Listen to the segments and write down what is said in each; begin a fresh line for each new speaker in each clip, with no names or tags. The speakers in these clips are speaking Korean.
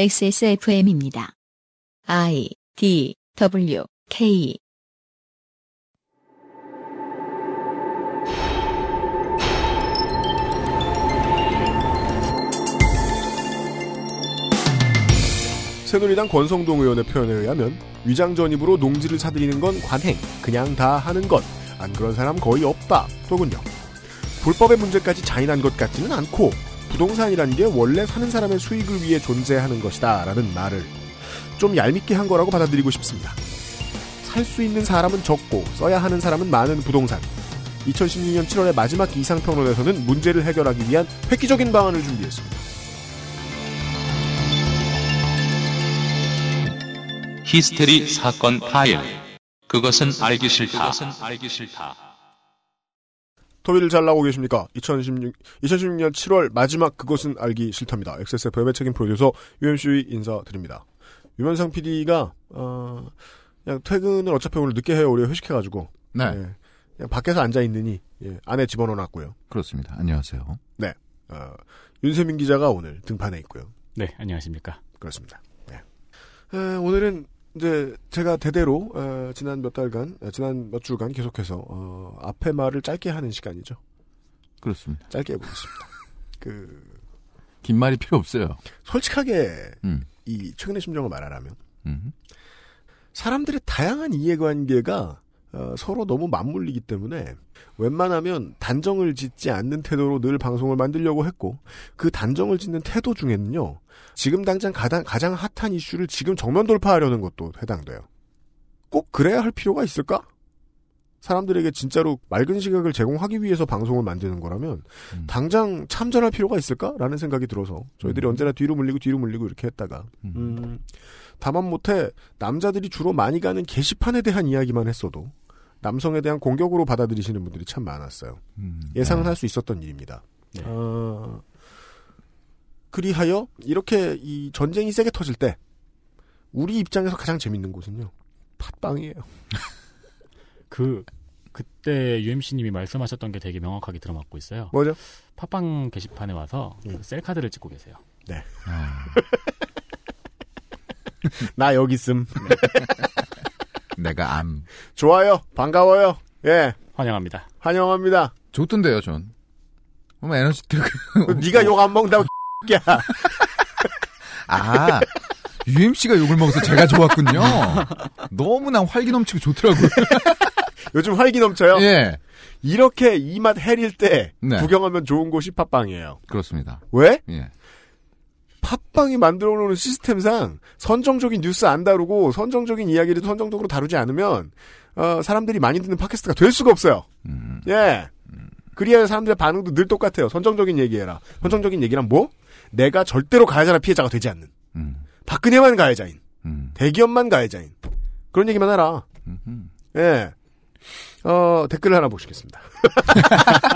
XSFM입니다. I D W K
새누리당 권성동 의원의 표현에 의하면 위장 전입으로 농지를 사들이는 건 관행, 그냥 다 하는 것, 안 그런 사람 거의 없다, 더군요. 불법의 문제까지 잔인한 것 같지는 않고 부동산이라는 게 원래 사는 사람의 수익을 위해 존재하는 것이다 라는 말을 좀 얄밉게 한 거라고 받아들이고 싶습니다. 살 수 있는 사람은 적고 써야 하는 사람은 많은 부동산. 2016년 7월의 마지막 이상평론에서는 문제를 해결하기 위한 획기적인 방안을 준비했습니다.
히스테리 사건 파일. 그것은 알기 싫다. 알기 싫다.
토비를 잘 나오고 계십니까? 2016, 2016년 7월 마지막 그것은 알기 싫답니다. XSFM의 책임 프로듀서 UMC의 인사드립니다. 유면상 PD가, 어, 그냥 퇴근을 어차피 오늘 늦게 해요. 우리 회식해가지고.
네,
예. 그냥 밖에서 앉아있느니, 예, 안에 집어넣어놨고요.
그렇습니다. 안녕하세요.
어, 윤세민 기자가 오늘 등판해 있고요.
네, 안녕하십니까.
그렇습니다. 네. 에, 오늘은 이제 제가 대대로 어, 지난 몇 달간, 어, 지난 몇 주간 계속해서 어, 앞에 말을 짧게 하는 시간이죠.
그렇습니다.
짧게 해보겠습니다. 그
긴 말이 필요 없어요.
솔직하게
음,
이 최근의 심정을 말하라면
음.
사람들의 다양한 이해관계가 어, 서로 너무 맞물리기 때문에 웬만하면 단정을 짓지 않는 태도로 늘 방송을 만들려고 했고 그 단정을 짓는 태도 중에는요 지금 당장 가장, 가장 핫한 이슈를 지금 정면 돌파하려는 것도 해당돼요 꼭 그래야 할 필요가 있을까? 사람들에게 진짜로 맑은 시각을 제공하기 위해서 방송을 만드는 거라면
음.
당장 참전할 필요가 있을까라는 생각이 들어서 저희들이
음.
언제나 뒤로 물리고 뒤로 물리고 이렇게 했다가
음.
음, 다만 못해 남자들이 주로 많이 가는 게시판에 대한 이야기만 했어도 남성에 대한 공격으로 받아들이시는 분들이 참 많았어요.
음.
예상은
네.
할 수 있었던 일입니다.
네.
어, 그리하여 이렇게 이 전쟁이 세게 터질 때 우리 입장에서 가장 재밌는 곳은요. 팟빵이에요.
그 그때 UMC님이 말씀하셨던 게 되게 명확하게 들어맞고 있어요.
뭐죠?
팟빵 게시판에 와서 그
음.
셀카드를 찍고 계세요.
아,
나 여기 있음.
내가 암
좋아요. 반가워요. 예.
환영합니다.
환영합니다.
좋던데요, 전. 어머 에너지 들고.
그 네가 욕 안 먹는다고 야
아, UMC가 욕을 먹어서 제가 좋았군요. 너무나 활기 넘치고 좋더라고요.
요즘 활기 넘쳐요.
예,
이렇게 이 맛 해릴 때
네.
구경하면 좋은 곳이 팟빵이에요.
그렇습니다.
왜?
예,
팟빵이 만들어 놓은 시스템상 선정적인 뉴스 안 다루고 선정적인 이야기를 선정적으로 다루지 않으면 어, 사람들이 많이 듣는 팟캐스트가 될 수가 없어요.
음,
예. 그리하여 사람들의 반응도 늘 똑같아요. 선정적인 얘기해라. 선정적인 얘기란 뭐? 내가 절대로 가해자나 피해자가 되지 않는.
음,
박근혜만 가해자인.
음,
대기업만 가해자인. 그런 얘기만 해라.
음, 음.
예. 어, 댓글을 하나 보시겠습니다.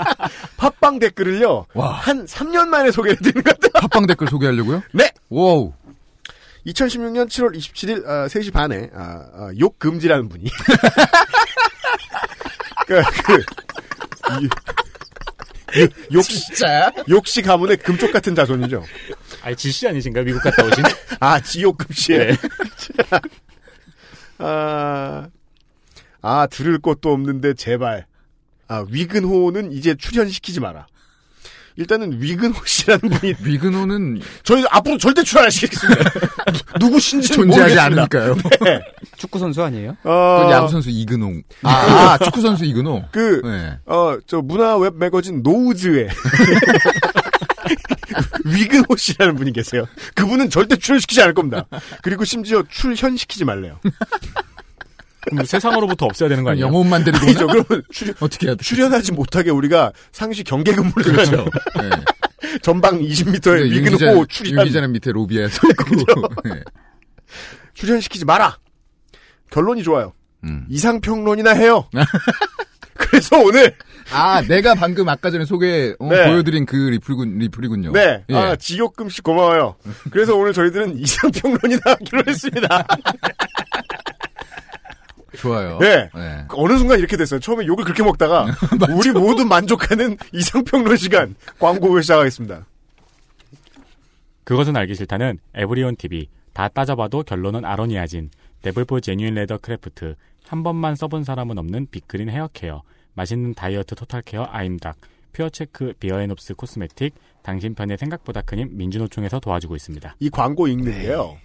팟빵 댓글을요.
와,
한 3년 만에 소개해드리는 것 같아요.
팟빵 댓글 소개하려고요?
네.
와우.
2016년 7월 27일 아, 3시 반에 아, 아, 욕 금지라는 분이 그, 그, 이- 욕,
진짜?
욕시 가문의 금쪽 같은 자손이죠.
아, 지씨 아니신가요? 미국 갔다 오신?
아 지옥 금시에.
네.
아, 아 들을 것도 없는데 제발. 아 위근호는 이제 출연시키지 마라. 일단은 위근호 씨라는 분이
위근호는
저희 앞으로 절대 출연 안 시키겠습니다. 누구신지
존재하지 않으니까요.
축구 선수 아니에요?
그건
어,
야구선수 이근홍. 아, 아, 축구선수 이근홍.
그
네.
어, 저 문화 웹 매거진 노우즈에 위근호 씨라는 분이 계세요. 그분은 절대 출연시키지 않을 겁니다. 그리고 심지어 출현시키지 말래요.
그럼 세상으로부터 없애야 되는
그건
거 아니에요?
영혼만 데리고
그죠?
오나?
그러면 출연,
어떻게 해야 돼?
출연하지 못하게 우리가 상시 경계 근무를
그렇죠.
해요.
예.
전방 20m에
네, 윤
그 위근호
기자는- 윤
출연
기자는 밑에 로비에 서 있고. 예.
출연시키지 마라. 결론이 좋아요.
음.
이상 평론이나 해요. 그래서 오늘
아, 내가 방금 아까 전에 소개 어,
네.
보여드린 그 리플군 리플이군요.
네,
예.
아 지옥금 씨 고마워요. 그래서 오늘 저희들은 이상 평론이나 하기로 했습니다.
좋아요.
네.
네.
그 어느 순간 이렇게 됐어요. 처음에 욕을 그렇게 먹다가 우리 모두 만족하는 이상평론 시간 광고 후에 시작하겠습니다.
그것은 알기 싫다는 에브리온 TV 다 따져봐도 결론은 아로니아진 데블포 제뉴인 레더 크래프트 한 번만 써본 사람은 없는 빅그린 헤어케어 맛있는 다이어트 토탈케어 아임닭 퓨어체크 비어앤옵스 코스메틱 당신 편의 생각보다 큰 힘 민주노총에서 도와주고 있습니다.
이 광고 읽는
네.
게요.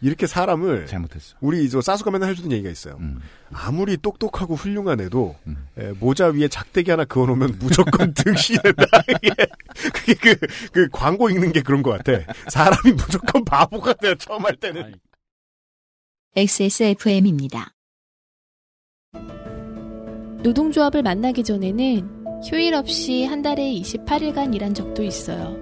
이렇게 사람을
잘못했어.
우리 저 싸수가 맨날 해주던 얘기가 있어요.
음.
아무리 똑똑하고 훌륭한 애도
음.
에, 모자 위에 작대기 하나 그어놓으면 무조건 등신한다. 예. 그게 그, 그 광고 읽는 게 그런 것 같아. 사람이 무조건 바보가 돼요. 처음 할
아,
아,
때는.
XSFM입니다.
노동조합을 만나기 전에는 휴일 없이 한 달에 28일간 일한 적도 있어요.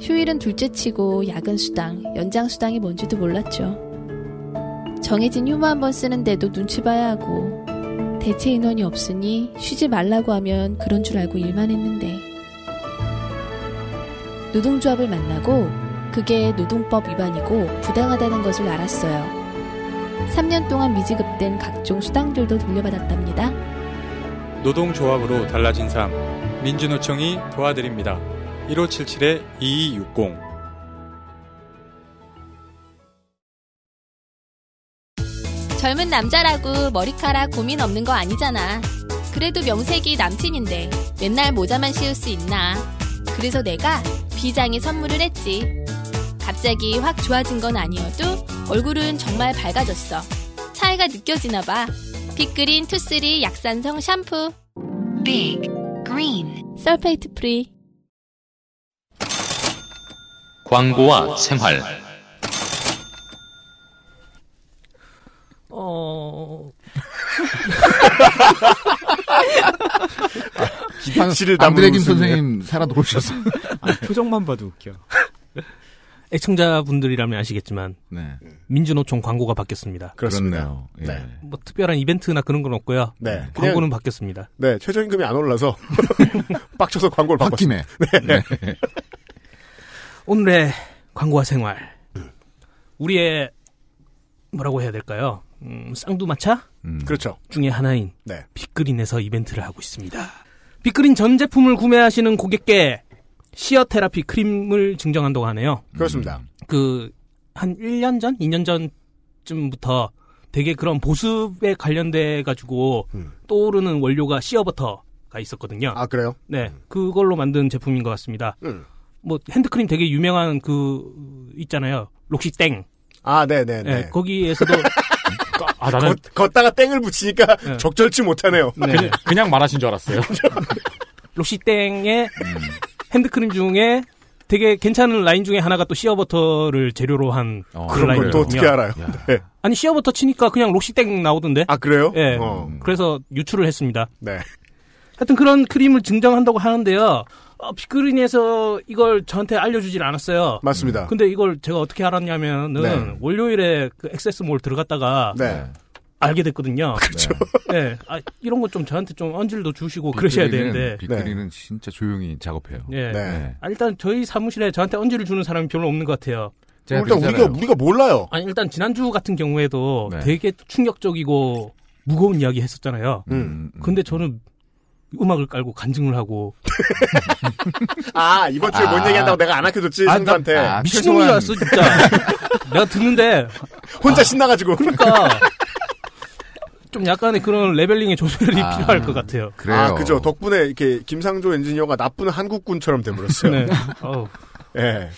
휴일은 둘째 치고 야근 수당, 연장 수당이 뭔지도 몰랐죠. 정해진 휴무 한 번 쓰는데도 눈치 봐야 하고 대체 인원이 없으니 쉬지 말라고 하면 그런 줄 알고 일만 했는데 노동조합을 만나고 그게 노동법 위반이고 부당하다는 것을 알았어요. 3년 동안 미지급된 각종 수당들도 돌려받았답니다.
노동조합으로 달라진 삶 민주노총이 도와드립니다. 1577-2260
젊은 남자라고 머리카락 고민 없는 거 아니잖아. 그래도 명색이 남친인데 맨날 모자만 씌울 수 있나. 그래서 내가 비장의 선물을 했지. 갑자기 확 좋아진 건 아니어도 얼굴은 정말 밝아졌어. 차이가 느껴지나 봐. 빅그린 투쓰리 약산성 샴푸.
Big Green
설페이트 프리.
광고와 생활.
어,
기대치를 담은
안드레김
웃음이에요.
선생님 살아 돌으셔서.
아, 표정만 봐도 웃겨.
애청자분들이라면 아시겠지만
네.
민주노총 광고가 바뀌었습니다.
그렇습니다.
그렇네요. 예.
네.
뭐 특별한 이벤트나 그런 건 없고요.
네. 그냥-
광고는 바뀌었습니다.
네, 최저임금이 안 올라서 빡쳐서 광고를 바꿨어요.
홧김에. 네.
오늘의 광고와 생활. 우리의 뭐라고 해야 될까요? 음, 쌍두마차
음.
그렇죠.
중에 하나인
네.
빅그린에서 이벤트를 하고 있습니다. 빅그린 전 제품을 구매하시는 고객께 시어 테라피 크림을 증정한다고 하네요.
그렇습니다.
음.
그, 한 1년 전? 2년 전쯤부터 되게 그런 보습에 관련돼가지고
음.
떠오르는 원료가 시어버터가 있었거든요.
아, 그래요?
네. 그걸로 만든 제품인 것 같습니다.
음.
뭐, 핸드크림 되게 유명한 그, 있잖아요. 록시땡.
아, 네네네.
네, 거기에서도
아 나는
걷, 다가 땡을 붙이니까
네.
적절치 못하네요.
네,
그냥 말하신 줄 알았어요.
록시땡의
음.
핸드크림 중에 되게 괜찮은 라인 중에 하나가 또 시어버터를 재료로 한
어,
그
그런 걸
라인이군요.
또 어떻게 알아요?
야.
네.
아니 시어버터 치니까 그냥 록시땡 나오던데
아, 그래요?
예.
어.
그래서 유출을 했습니다
네.
하여튼 그런 크림을 증정한다고 하는데요. 어, 빅그린에서 이걸 저한테 알려주질 않았어요.
맞습니다.
근데 이걸 제가 어떻게 알았냐면은
네.
월요일에 그 액세스몰 들어갔다가
네.
알게 됐거든요.
그렇죠.
네, 아, 이런 건 좀 저한테 좀 언질도 주시고 그러셔야 되는데.
빅그리는 진짜 조용히 작업해요.
예.
네.
아, 일단 저희 사무실에 저한테 언질을 주는 사람이 별로 없는 것 같아요.
제가
뭐 일단 우리가
그러잖아요.
우리가 몰라요.
아니 일단 지난주 같은 경우에도
네.
되게 충격적이고 무거운 이야기 했었잖아요.
음, 음.
근데 저는 음악을 깔고 간증을 하고
아 이번 주에 뭔
아.
얘기한다고 내가 안 아껴줬지
아,
상대한테
아,
미친놈이
최소한-
왔어 진짜. 내가 듣는데
혼자 신나가지고
그러니까 좀 약간의 그런 레벨링의 조절이
아.
필요할 것 같아요.
그래요.
아 그죠 덕분에 이렇게 김상조 엔지니어가 나쁜 한국군처럼 돼버렸어요.
네. 어우.
예.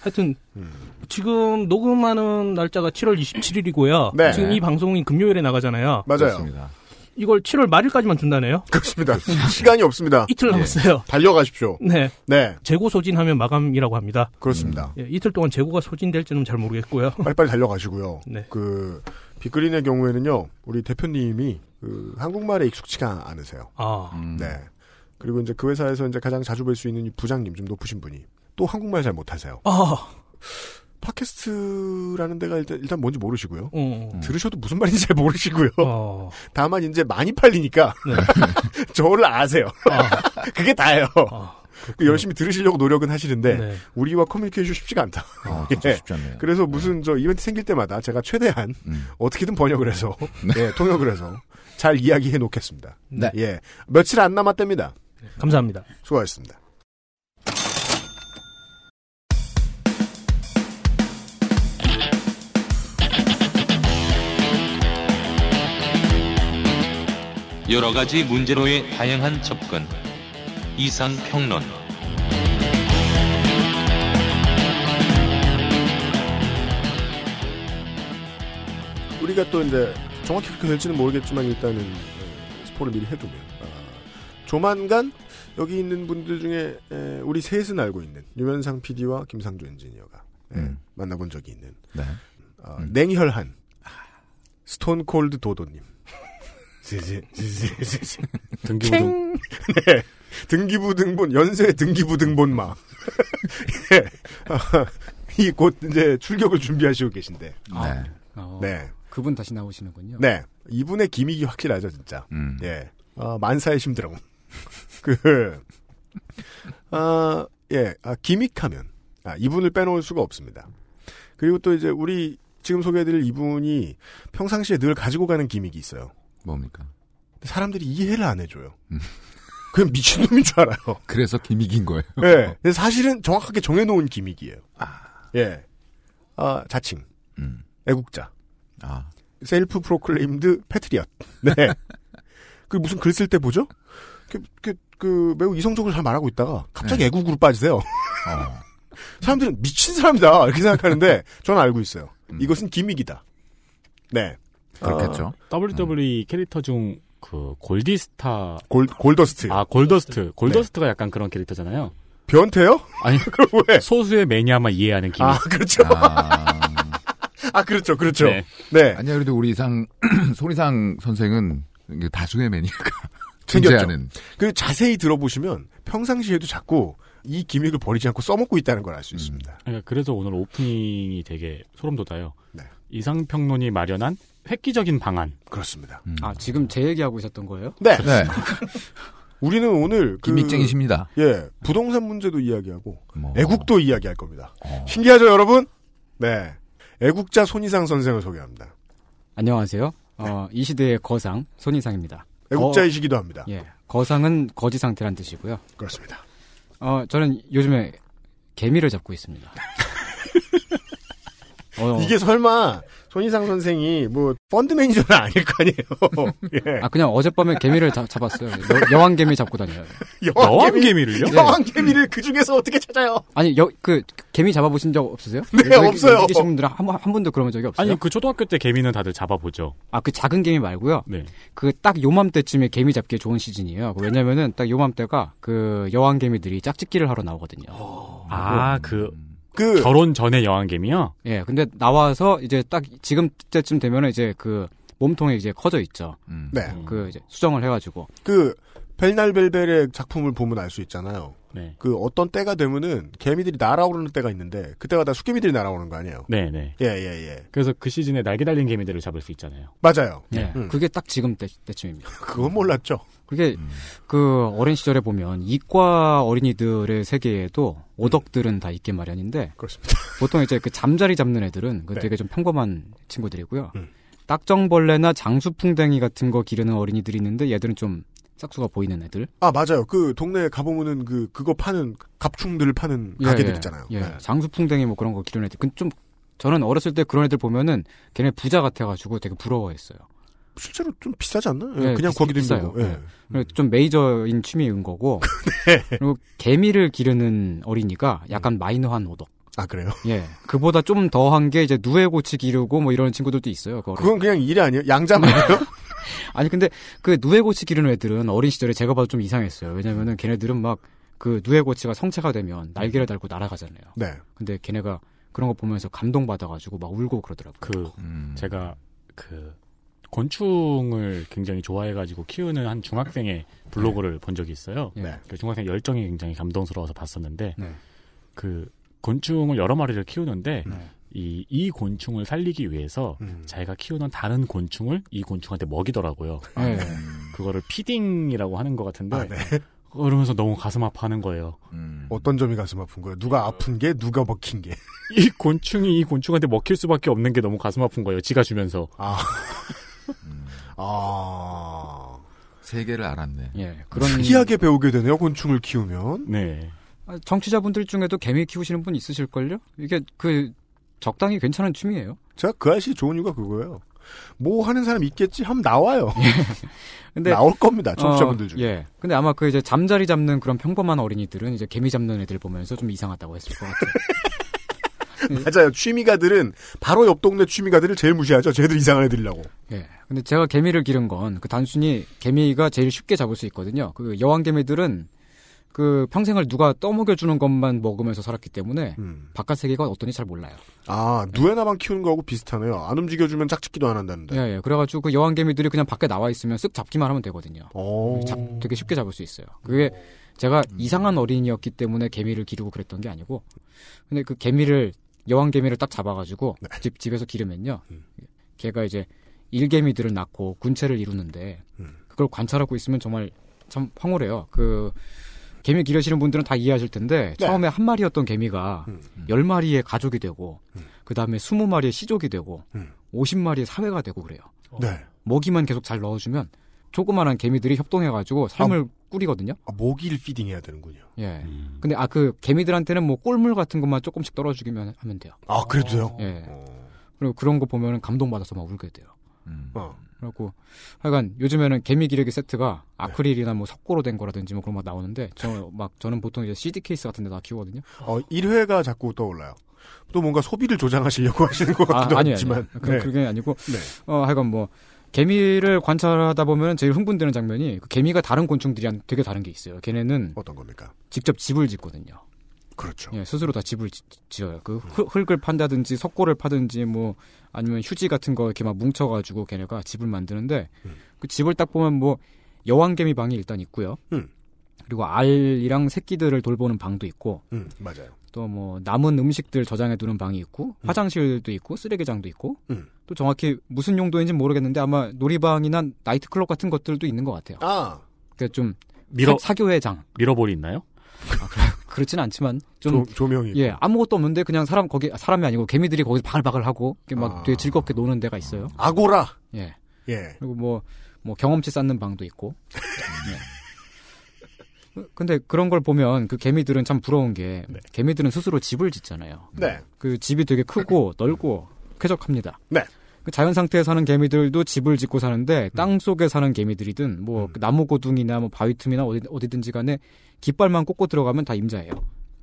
하여튼
음.
지금 녹음하는 날짜가 7월 27일이고요.
네.
지금 이 방송이 금요일에 나가잖아요.
맞아요.
그렇습니다.
이걸 7월 말일까지만 준다네요.
그렇습니다. 시간이 없습니다.
이틀 남았어요.
달려가십시오.
네.
네
재고 소진하면 마감이라고 합니다.
그렇습니다.
예, 이틀 동안 재고가 소진될지는 잘 모르겠고요.
빨리빨리 달려가시고요.
네.
그 빅그린의 경우에는요 우리 대표님이 그 한국말에 익숙치가 않으세요.
아,
음.
네. 그리고 이제 그 회사에서 이제 가장 자주 뵐 수 있는 이 부장님 좀 높으신 분이 또 한국말 잘 못하세요.
아,
팟캐스트라는 데가 일단, 일단 뭔지 모르시고요.
어,
들으셔도 무슨 말인지 잘 모르시고요.
어,
다만 이제 많이 팔리니까
네.
저를 아세요.
아,
그게 다예요.
아,
그 열심히 들으시려고 노력은 하시는데
네.
우리와 커뮤니케이션 쉽지가 않다.
아, 진짜
예.
쉽지 않네요.
그래서 무슨 저 이벤트 생길 때마다 제가 최대한
음.
어떻게든 번역을 해서 예, 통역을 해서 잘 이야기해 놓겠습니다.
네.
예. 며칠 안 남았답니다.
감사합니다.
수고하셨습니다.
여러 가지 문제로의 다양한 접근. 이상 평론.
우리가 또 이제 정확히 그렇게 될지는 모르겠지만 일단은 에, 스포를 미리 해두면 아, 조만간 여기 있는 분들 중에 에, 우리 셋은 알고 있는 유면상 PD와 김상조 엔지니어가 에,
음.
만나본 적이 있는
네.
아, 냉혈한 스톤콜드 도도님
등기부등
네. 등기부 등본 연쇄 등기부 등본마 예. 아, 이곧 이제 출격을 준비하시고 계신데
네.
어,
네
그분 다시 나오시는군요.
네. 이분의 기믹이 확실하죠 진짜
음.
예. 어, 만사의 심드라운. 그, 아, 예. 아, 기믹하면. 아, 이분을 빼놓을 수가 없습니다. 그리고 또 이제 우리 지금 소개해드릴 이분이 평상시에 늘 가지고 가는 기믹이 있어요.
뭡니까?
근데 사람들이 이해를 안 해줘요.
음.
그냥 미친놈인 줄 알아요.
그래서 기믹인 거예요.
예. 근데 사실은 정확하게 정해놓은 기믹이에요. 예. 아, 자칭.
음.
애국자.
아.
셀프 프로클레임드 패트리엇. 네. 그 무슨 글 쓸 때 보죠? 그, 그, 그 매우 이성적으로 잘 말하고 있다가 갑자기 애국으로 빠지세요.
네. 어.
사람들은 미친 사람이다 이렇게 생각하는데 저는 알고 있어요.
음.
이것은 기믹이다. 네.
그렇겠죠.
WWE E 캐릭터 중 그 골디스타
골 골더스트.
아 골더스트 골더스트가 약간 그런 캐릭터잖아요.
변태요?
아니
그럼 왜?
소수의 매니아만 이해하는 기믹.
아 그렇죠.
아.
아 그렇죠. 그렇죠.
네.
네.
아니야 그래도 우리 이상 손이상 선생은 이게 다수의 매니아가
생겼죠.
존재하는
그 자세히 들어보시면 평상시에도 자꾸 이 기믹을 버리지 않고 써먹고 있다는 걸 알 수 있습니다.
그러니까 그래서 오늘 오프닝이 되게 소름 돋아요.
네.
이상 평론이 마련한 획기적인 방안.
그렇습니다.
음.
아 지금 제 얘기하고 있었던 거예요?
네.
네
우리는 오늘 그
기믹쟁이십니다.
예 부동산 문제도 이야기하고
뭐.
애국도 이야기할 겁니다.
어.
신기하죠, 여러분? 네. 애국자 손희상 선생을 소개합니다.
안녕하세요. 어, 이 시대의 거상 손희상입니다.
애국자이시기도 합니다.
예, 거상은 거지 상태란 뜻이고요.
그렇습니다.
어, 저는 요즘에 개미를 잡고 있습니다. 어,
이게 설마 손희상 선생이 뭐 펀드 매니저는 아닐 거 아니에요. 예.
아 그냥 어젯밤에 개미를 잡- 잡았어요. 여, 왕 개미 잡고 다녀요.
어, 여왕개미를요?
여왕 개미를 그 중에서 어떻게 찾아요?
아니 여, 그 개미 잡아보신 적 없으세요?
네,
여기-
없어요.
여기 계신 분들은 한, 번- 한 번도 그런 적이 없어요.
아니 그 초등학교 때 개미는 다들 잡아보죠.
아 그 작은 개미 말고요.
네.
그 딱 요맘때쯤에 개미 잡기에 좋은 시즌이에요. 그 왜냐면은 딱 요맘때가 그 여왕 개미들이 짝짓기를 하러 나오거든요.
아 그
그
결혼 전에 여왕개미요?
예, 근데 나와서 이제 딱 지금 때쯤 되면은 이제 그 몸통이 이제 커져 있죠.
음.
네.
그 이제 수정을 해가지고
그 벨날벨벨의 작품을 보면 알 수 있잖아요.
네.
그 어떤 때가 되면은 개미들이 날아오르는 때가 있는데 그때가 다 수개미들이 날아오는 거 아니에요?
네, 네.
예, 예, 예.
그래서 그 시즌에 날개 달린 개미들을 잡을 수 있잖아요.
맞아요.
예,
음.
그게 딱 지금 때, 쯤입니다
그건 몰랐죠.
그게
음.
그 어린 시절에 보면 이과 어린이들의 세계에도 오덕들은 다 있게 마련인데
네. 그렇습니다.
보통 이제 그 잠자리 잡는 애들은 그
네.
되게 좀 평범한 친구들이고요.
음.
딱정벌레나 장수풍뎅이 같은 거 기르는 어린이들이 있는데 얘들은 좀 싹수가 보이는 애들.
아, 맞아요. 그 동네에 가보면은 그, 그거 파는, 갑충들 파는
예,
가게들
예,
있잖아요.
예.
네.
장수풍뎅이 뭐 그런 거 기르는 애들. 근좀 저는 어렸을 때 그런 애들 보면은 걔네 부자 같아가지고 되게 부러워했어요.
실제로 좀 비싸지 않나?
예,
그냥
비싸-
구하기도
비싸요.
힘들고. 예.
그래서 좀 메이저인 취미인 거고.
네.
그리고 개미를 기르는 어린이가 약간
음.
마이너한 오덕.
아 그래요?
예. 그보다 좀 더한 게 이제 누에고치 기르고 뭐 이런 친구들도 있어요. 그 어린-
그건 그냥 일 아니에요? 양자만이에요?
아니 근데 그 누에고치 기르는 애들은 어린 시절에 제가 봐도 좀 이상했어요. 왜냐면은 걔네들은 막 그 누에고치가 성체가 되면 날개를 달고 날아가잖아요.
네.
근데 걔네가 그런 거 보면서 감동 받아가지고 막 울고 그러더라고요.
그
음.
제가 그 곤충을 굉장히 좋아해가지고 키우는 한 중학생의 블로그를 본 적이 있어요.
예.
네.
그 중학생 열정이 굉장히 감동스러워서 봤었는데
네.
그 곤충을 여러 마리를 키우는데
네.
이, 이 곤충을 살리기 위해서
음.
자기가 키우는 다른 곤충을 이 곤충한테 먹이더라고요.
예.
그거를 피딩이라고 하는 것 같은데
아, 네.
그러면서 너무 가슴 아파하는 거예요.
음.
어떤 점이 가슴 아픈 거예요? 누가 아픈 게 누가 먹힌 게?
이 곤충이 이 곤충한테 먹힐 수밖에 없는 게 너무 가슴 아픈 거예요. 지가 주면서
아. 아.
세계를 알았네.
예. 그런
특이하게 배우게 되네요. 곤충을 키우면.
네
아, 정치자분들 중에도 개미 키우시는 분 있으실걸요? 이게 그 적당히 괜찮은 취미예요.
제가 그 아저씨 좋은 이유가 그거예요. 뭐 하는 사람 있겠지 하면 나와요.
근데
나올 겁니다. 청취자분들 중에.
네. 예. 근데 아마 그 이제 잠자리 잡는 그런 평범한 어린이들은 이제 개미 잡는 애들 보면서 좀 이상하다고 했을 것 같아요.
맞아요. 취미가들은 바로 옆 동네 취미가들을 제일 무시하죠. 쟤들 이상한 애들이라고.
예. 근데 제가 개미를 기른 건 그 단순히 개미가 제일 쉽게 잡을 수 있거든요. 그 여왕 개미들은 그 평생을 누가 떠먹여 주는 것만 먹으면서 살았기 때문에
음.
바깥 세계가 어떤지 잘 몰라요.
아 누에나방 키우는 거하고 비슷하네요. 안 움직여주면 짝짓기도 안 한다는데.
예, 예. 그래가지고 그 여왕 개미들이 그냥 밖에 나와 있으면 쓱 잡기만 하면 되거든요.
어.
잡, 되게 쉽게 잡을 수 있어요. 그게 제가
음.
이상한 어린이였기 때문에 개미를 기르고 그랬던 게 아니고, 근데 그 개미를 여왕 개미를 딱 잡아가지고
네. 음.
집 집에서 기르면요, 걔가 이제 일개미들을 낳고 군체를 이루는데
음.
그걸 관찰하고 있으면 정말 참 황홀해요. 그 개미 기르시는 분들은 다 이해하실 텐데
네.
처음에 한 마리였던 개미가
음.
열 마리의 가족이 되고 그 다음에 스무 마리의 시족이 되고
음.
오십 마리의 사회가 되고 그래요.
네.
먹이만 계속 잘 넣어주면 조그만한 개미들이 협동해가지고 삶을 꾸리거든요.
아, 모기를 피딩해야 되는군요.
예.
음.
근데 아 그 개미들한테는 뭐 꿀물 같은 것만 조금씩 떨어주기만 하면 돼요.
아 그래도요.
예.
어.
그리고 그런 거 보면은 감동받아서 막 울게 돼요.
음.
예.
어.
그리고 하여간 요즘에는 개미 기르기 세트가
네.
아크릴이나 뭐 석고로 된 거라든지 뭐 그런 거 나오는데 저 막 저는 보통 이제 CD 케이스 같은 데다 키우거든요.
어, 1회가 자꾸 떠올라요. 또 뭔가 소비를 조장하시려고 하시는 것
아,
같기도
아니에요.
하지만.
아니에요. 그,
네.
그게 아니고
네.
어 하여간 뭐 개미를 관찰하다 보면 제일 흥분되는 장면이 그 개미가 다른 곤충들이랑 되게 다른 게 있어요. 걔네는
어떤 겁니까?
직접 집을 짓거든요.
그렇죠.
예, 스스로 다 집을 지, 지어요. 그 흙- 흙을 판다든지 석고를 파든지 뭐 아니면 휴지 같은 거 이렇게 막 뭉쳐가지고 걔네가 집을 만드는데 그 집을 딱 보면 뭐 여왕개미 방이 일단 있고요.
음.
그리고 알이랑 새끼들을 돌보는 방도 있고
음, 맞아요.
또 뭐 남은 음식들 저장해 두는 방이 있고 화장실도 있고 쓰레기장도 있고
음.
또 정확히 무슨 용도인지 는 모르겠는데 아마 놀이방이나 나이트클럽 같은 것들도 있는 것 같아요.
아,
그러니까 좀
밀어
사, 교회장
밀어볼이 있나요?
그렇진 않지만 좀
조, 조명이.
예, 아무것도 없는데 그냥 사람 거기 사람이 아니고 개미들이 거기서 바글바글 하고 이렇게 막
아.
되게 즐겁게 노는 데가 있어요.
아고라.
예.
예.
그리고 뭐 뭐 경험치 쌓는 방도 있고. 예. 근데 그런 걸 보면 그 개미들은 참 부러운 게 개미들은 스스로 집을 짓잖아요.
네.
그 집이 되게 크고 넓고 쾌적합니다.
네. 음.
그 자연 상태에 사는 개미들도 집을 짓고 사는데 땅 속에 사는 개미들이든 뭐그 나무 고둥이나 뭐 바위 틈이나 어디 어디든지 간에 깃발만 꽂고 들어가면 다 임자예요.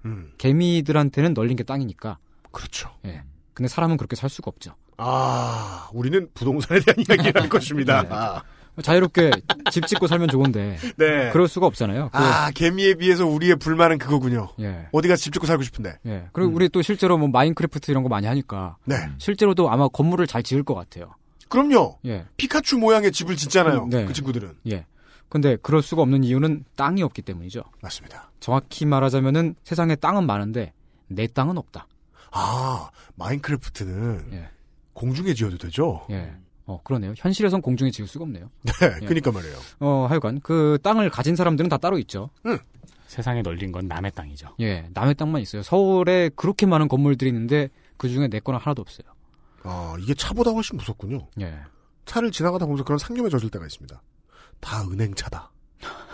음,
개미들한테는 널린 게 땅이니까
그렇죠.
예. 근데 사람은 그렇게 살 수가 없죠.
아, 우리는 부동산에 대한 이야기를 할 것입니다.
네.
아,
자유롭게 집 짓고 살면 좋은데
네.
음, 그럴 수가 없잖아요. 그-
아, 개미에 비해서 우리의 불만은 그거군요.
예.
어디가 집 짓고 살고 싶은데.
예. 그리고 우리 또 실제로 뭐 마인크래프트 이런 거 많이 하니까
네.
실제로도 아마 건물을 잘 지을 것 같아요.
그럼요.
예.
피카츄 모양의 집을 짓잖아요.
음, 네.
그 친구들은.
예. 근데 그럴 수가 없는 이유는 땅이 없기 때문이죠.
맞습니다.
정확히 말하자면은 세상에 땅은 많은데 내 땅은 없다.
아, 마인크래프트는
예.
공중에 지어도 되죠?
예. 어, 그러네요. 현실에선 공중에 지을 수가 없네요.
네,
예.
그니까 말이에요.
어, 하여간 그 땅을 가진 사람들은 다 따로 있죠.
세상에 널린 건 남의 땅이죠.
예. 남의 땅만 있어요. 서울에 그렇게 많은 건물들이 있는데 그 중에 내 거는 하나도 없어요.
아, 이게 차보다 훨씬 무섭군요.
예.
차를 지나가다 보면서 그런 상념에 젖을 때가 있습니다. 다 은행차다.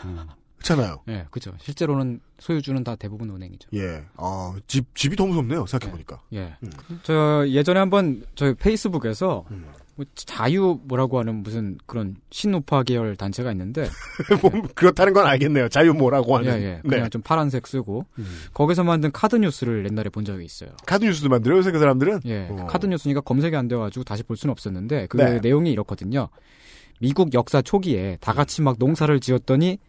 음.
그렇잖아요.
예, 그죠. 실제로는 소유주는 다 대부분 은행이죠.
예. 아, 집, 집이 더 무섭네요. 생각해보니까.
예.
음.
저 예전에 한번 저희 페이스북에서
음.
뭐 자유 뭐라고 하는 무슨 그런 신우파 계열 단체가 있는데
뭐, 그렇다는 건 알겠네요. 자유 뭐라고
예,
하는.
예. 그냥 음.
네.
좀 파란색 쓰고 거기서 만든 카드 뉴스를 옛날에 본 적이 있어요.
카드 뉴스도 만들어요, 요새 그 사람들은?
예.
어.
카드 뉴스니까 검색이 안 돼가지고 다시 볼 수는 없었는데 그
네.
내용이 이렇거든요. 미국 역사 초기에 다 같이 막 농사를 지었더니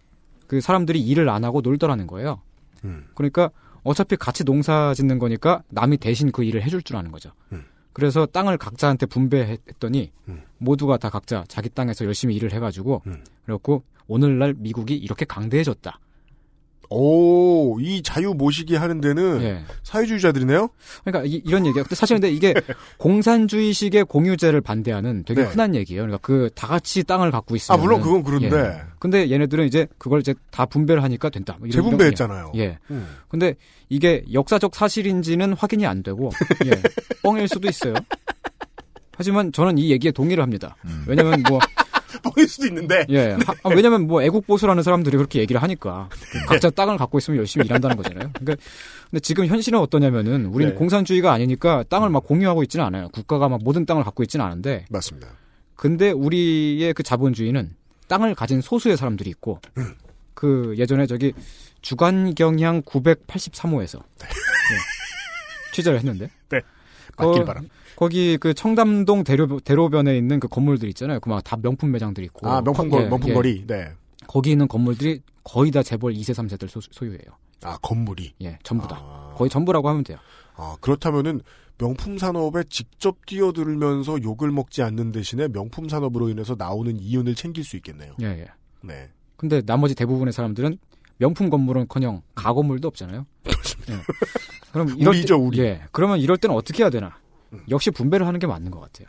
그 사람들이 일을 안 하고 놀더라는 거예요.
음.
그러니까 어차피 같이 농사 짓는 거니까 남이 대신 그 일을 해줄 줄 아는 거죠.
음.
그래서 땅을 각자한테 분배했더니
음.
모두가 다 각자 자기 땅에서 열심히 일을 해가지고
음.
그렇고 오늘날 미국이 이렇게 강대해졌다.
오, 이 자유 모시기 하는 데는
예.
사회주의자들이네요?
그러니까 이, 런 얘기가 근데 사실 근데 이게 공산주의식의 공유제를 반대하는 되게
네.
흔한 얘기예요. 그러니까 그 다 같이 땅을 갖고 있어요.
아, 물론 그건 그런데.
근데 얘네들은 이제 그걸 이제 다 분배를 하니까 된다. 뭐 이런- 이런-
재분배했잖아요.
예. 예.
음.
근데 이게 역사적 사실인지는 확인이 안 되고 예, 뻥일 수도 있어요. 하지만 저는 이 얘기에 동의를 합니다.
음.
왜냐면 뭐
보일 수도 있는데. 네.
예, 하- 아, 왜냐면 뭐 애국 보수라는 사람들이 그렇게 얘기를 하니까 각자 땅을 갖고 있으면 열심히 일한다는 거잖아요. 그러니까 근데 지금 현실은 어떠냐면은 우리는
네. 음.
공산주의가 아니니까 땅을 막 공유하고 있지는 않아요. 국가가 막 모든 땅을 갖고 있지는 않은데
맞습니다.
근데 우리의 그 자본주의는 땅을 가진 소수의 사람들이 있고
음.
그 예전에 저기 주간경향 983호에서 네. 취재를 했는데
맞길
어,
바람.
거기 그 청담동 대로, 대로변에 있는 그 건물들 있잖아요. 그 막 다 명품 매장들 있고.
아 명품거
예, 예.
명품거리. 네.
거기 있는 건물들이 거의 다 재벌 2세, 3세들 소, 유예요
아 건물이.
예, 전부 다.
아,
거의 전부라고 하면 돼요.
아, 그렇다면은 명품 산업에 직접 뛰어들면서 욕을 먹지 않는 대신에 명품 산업으로 인해서 나오는 이윤을 챙길 수 있겠네요.
예, 예.
네.
근데 나머지 대부분의 사람들은 명품 건물은커녕 가건물도 없잖아요. 예. 그럼 이럴
우리죠, 우리. 음.
예. 그러면 이럴 때는 어떻게 해야 되나? 역시 분배를 하는 게 맞는 것 같아요.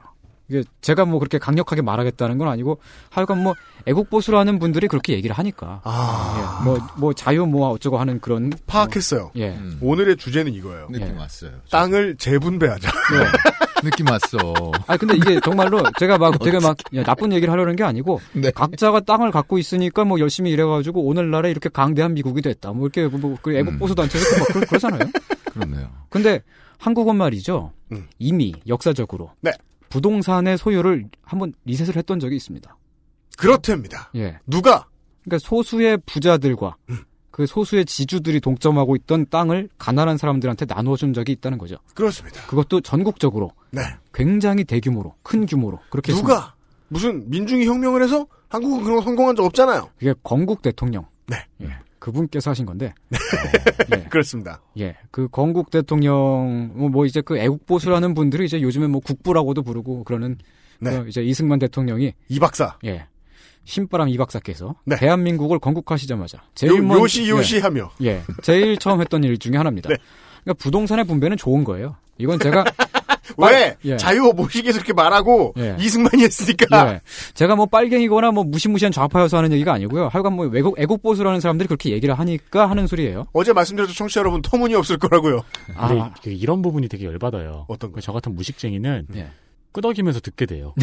이게 제가 뭐 그렇게 강력하게 말하겠다는 건 아니고 하여간 뭐 애국 보수라는 분들이 그렇게 얘기를 하니까
아
예, 뭐, 뭐 자유 모아 어쩌고 하는 그런
파악했어요.
예.
음.
오늘의 주제는 이거예요.
느낌
예.
왔어요. 네.
땅을 재분배하자.
느낌 왔어.
아 근데 이게 정말로 제가 막 되게 막 야, 나쁜 얘기를 하려는 게 아니고
네.
각자가 땅을 갖고 있으니까 뭐 열심히 일해가지고 오늘날에 이렇게 강대한 미국이 됐다. 뭐 이렇게 뭐, 그 애국
음.
보수 단체에서 막 그러, 그러잖아요.
그렇네요.
근데 한국은 말이죠.
음.
이미 역사적으로
네.
부동산의 소유를 한번 리셋을 했던 적이 있습니다.
그렇답니다.
예.
누가
그러니까 소수의 부자들과
음.
그 소수의 지주들이 동점하고 있던 땅을 가난한 사람들한테 나누어 준 적이 있다는 거죠.
그렇습니다.
그것도 전국적으로
네.
굉장히 대규모로 큰 규모로 그렇게 했습니다.
누가 무슨 민중이 혁명을 해서 한국은 그런 거 성공한 적 없잖아요.
그게 건국 대통령.
네.
예, 그분께서 하신 건데. 예,
그렇습니다.
예. 그 건국 대통령, 뭐, 뭐 이제 그 애국보수라는 분들이 이제 요즘에 뭐 국부라고도 부르고 그러는
네.
그 이제 이승만 대통령이
이 박사.
예. 신바람 이 박사께서
네.
대한민국을 건국하시자마자 제일
요,
먼-
요시 요시하며
예, 예. 제일 처음 했던 일 중에 하나입니다.
네.
그러니까 부동산의 분배는 좋은 거예요. 이건 제가
왜
예.
자유호 모시기에서 이렇게 말하고
예.
이승만이 했으니까
예. 제가 뭐 빨갱이거나 뭐 무시무시한 좌파여서 하는 얘기가 아니고요. 하여간 뭐 외국 애국 보수라는 사람들이 그렇게 얘기를 하니까 하는 소리예요.
어제 말씀드렸죠 청취자 여러분 터무니없을 거라고요.
근데
아.
그 이런 부분이 되게 열받아요. 그
어떤 거요?
저 같은 무식쟁이는
예.
끄덕이면서 듣게 돼요.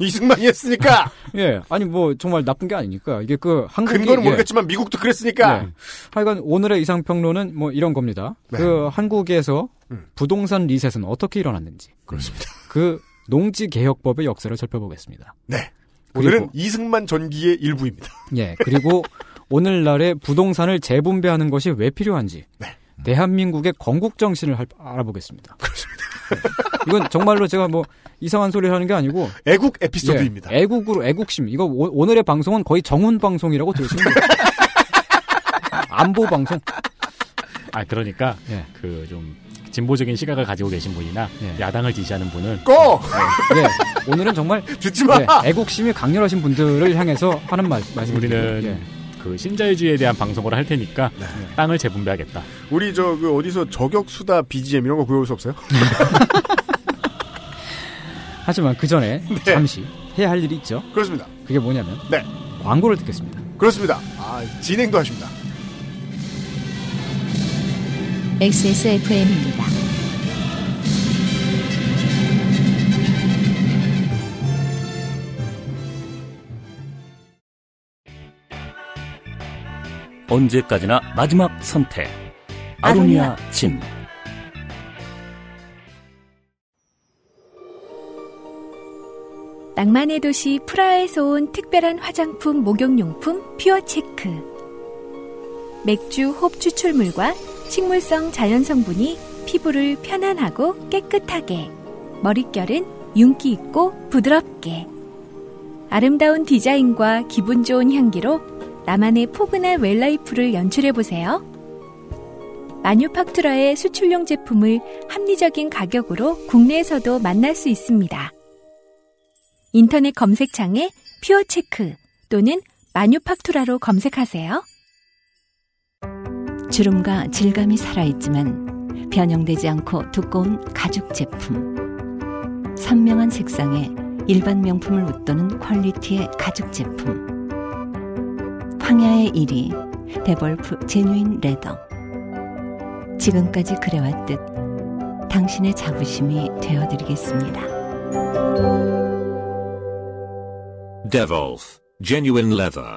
이승만이 했으니까
예. 아니 뭐 정말 나쁜 게 아니니까 이게 그 한국이
근거는
예.
모르겠지만 미국도 그랬으니까
예. 하여간 오늘의 이상 평론은 뭐 이런 겁니다.
네.
그 한국에서
음.
부동산 리셋은 어떻게 일어났는지. 그렇습니다. 그 농지 개혁법의 역사를 살펴보겠습니다.
네.
그리고-
오늘은 이승만 전기의 일부입니다.
예. 그리고 오늘날의 부동산을 재분배하는 것이 왜 필요한지.
네.
대한민국의 건국 정신을 할- 알아보겠습니다. 그렇습니다. 이건 정말로 제가 뭐 이상한 소리를 하는 게 아니고
애국 에피소드입니다.
예, 애국으로 애국심. 이거 오, 늘의 방송은 거의 정훈 방송이라고 들으시면 돼요. 안보 방송.
아 그러니까
예.
그 좀 진보적인 시각을 가지고 계신 분이나
예.
야당을 지지하는 분은
꺼
예. 오늘은 정말
듣지 마.
예, 애국심이 강렬하신 분들을 향해서 하는 말, 예. 말씀.
우리는 그 신자유주의에 대한 방송을 할 테니까 예. 땅을 재분배하겠다.
우리 저 그 어디서 저격 수다 BGM 이런 거 구해올 수 없어요?
하지만 그 전에 잠시 해야 할 일이 있죠.
그렇습니다.
그게 뭐냐면
네.
광고를 듣겠습니다.
그렇습니다. 아, 진행도 하십니다.
XSFM입니다.
언제까지나 마지막 선택.
아로니아
침.
낭만의 도시 프라하에서 온 특별한 화장품 목욕용품 퓨어체크 맥주 홉 추출물과 식물성 자연 성분이 피부를 편안하고 깨끗하게 머릿결은 윤기 있고 부드럽게 아름다운 디자인과 기분 좋은 향기로 나만의 포근한 웰라이프를 연출해 보세요. 마뉴팍투라의 수출용 제품을 합리적인 가격으로 국내에서도 만날 수 있습니다. 인터넷 검색창에 퓨어체크 또는 마뉴팍투라로 검색하세요.
주름과 질감이 살아있지만 변형되지 않고 두꺼운 가죽 제품. 선명한 색상에 일반 명품을 웃도는 퀄리티의 가죽 제품. 황야의 1위 데볼프 제뉴인 레더. 지금까지 그래왔듯 당신의 자부심이 되어드리겠습니다.
Devolf Genuine Leather.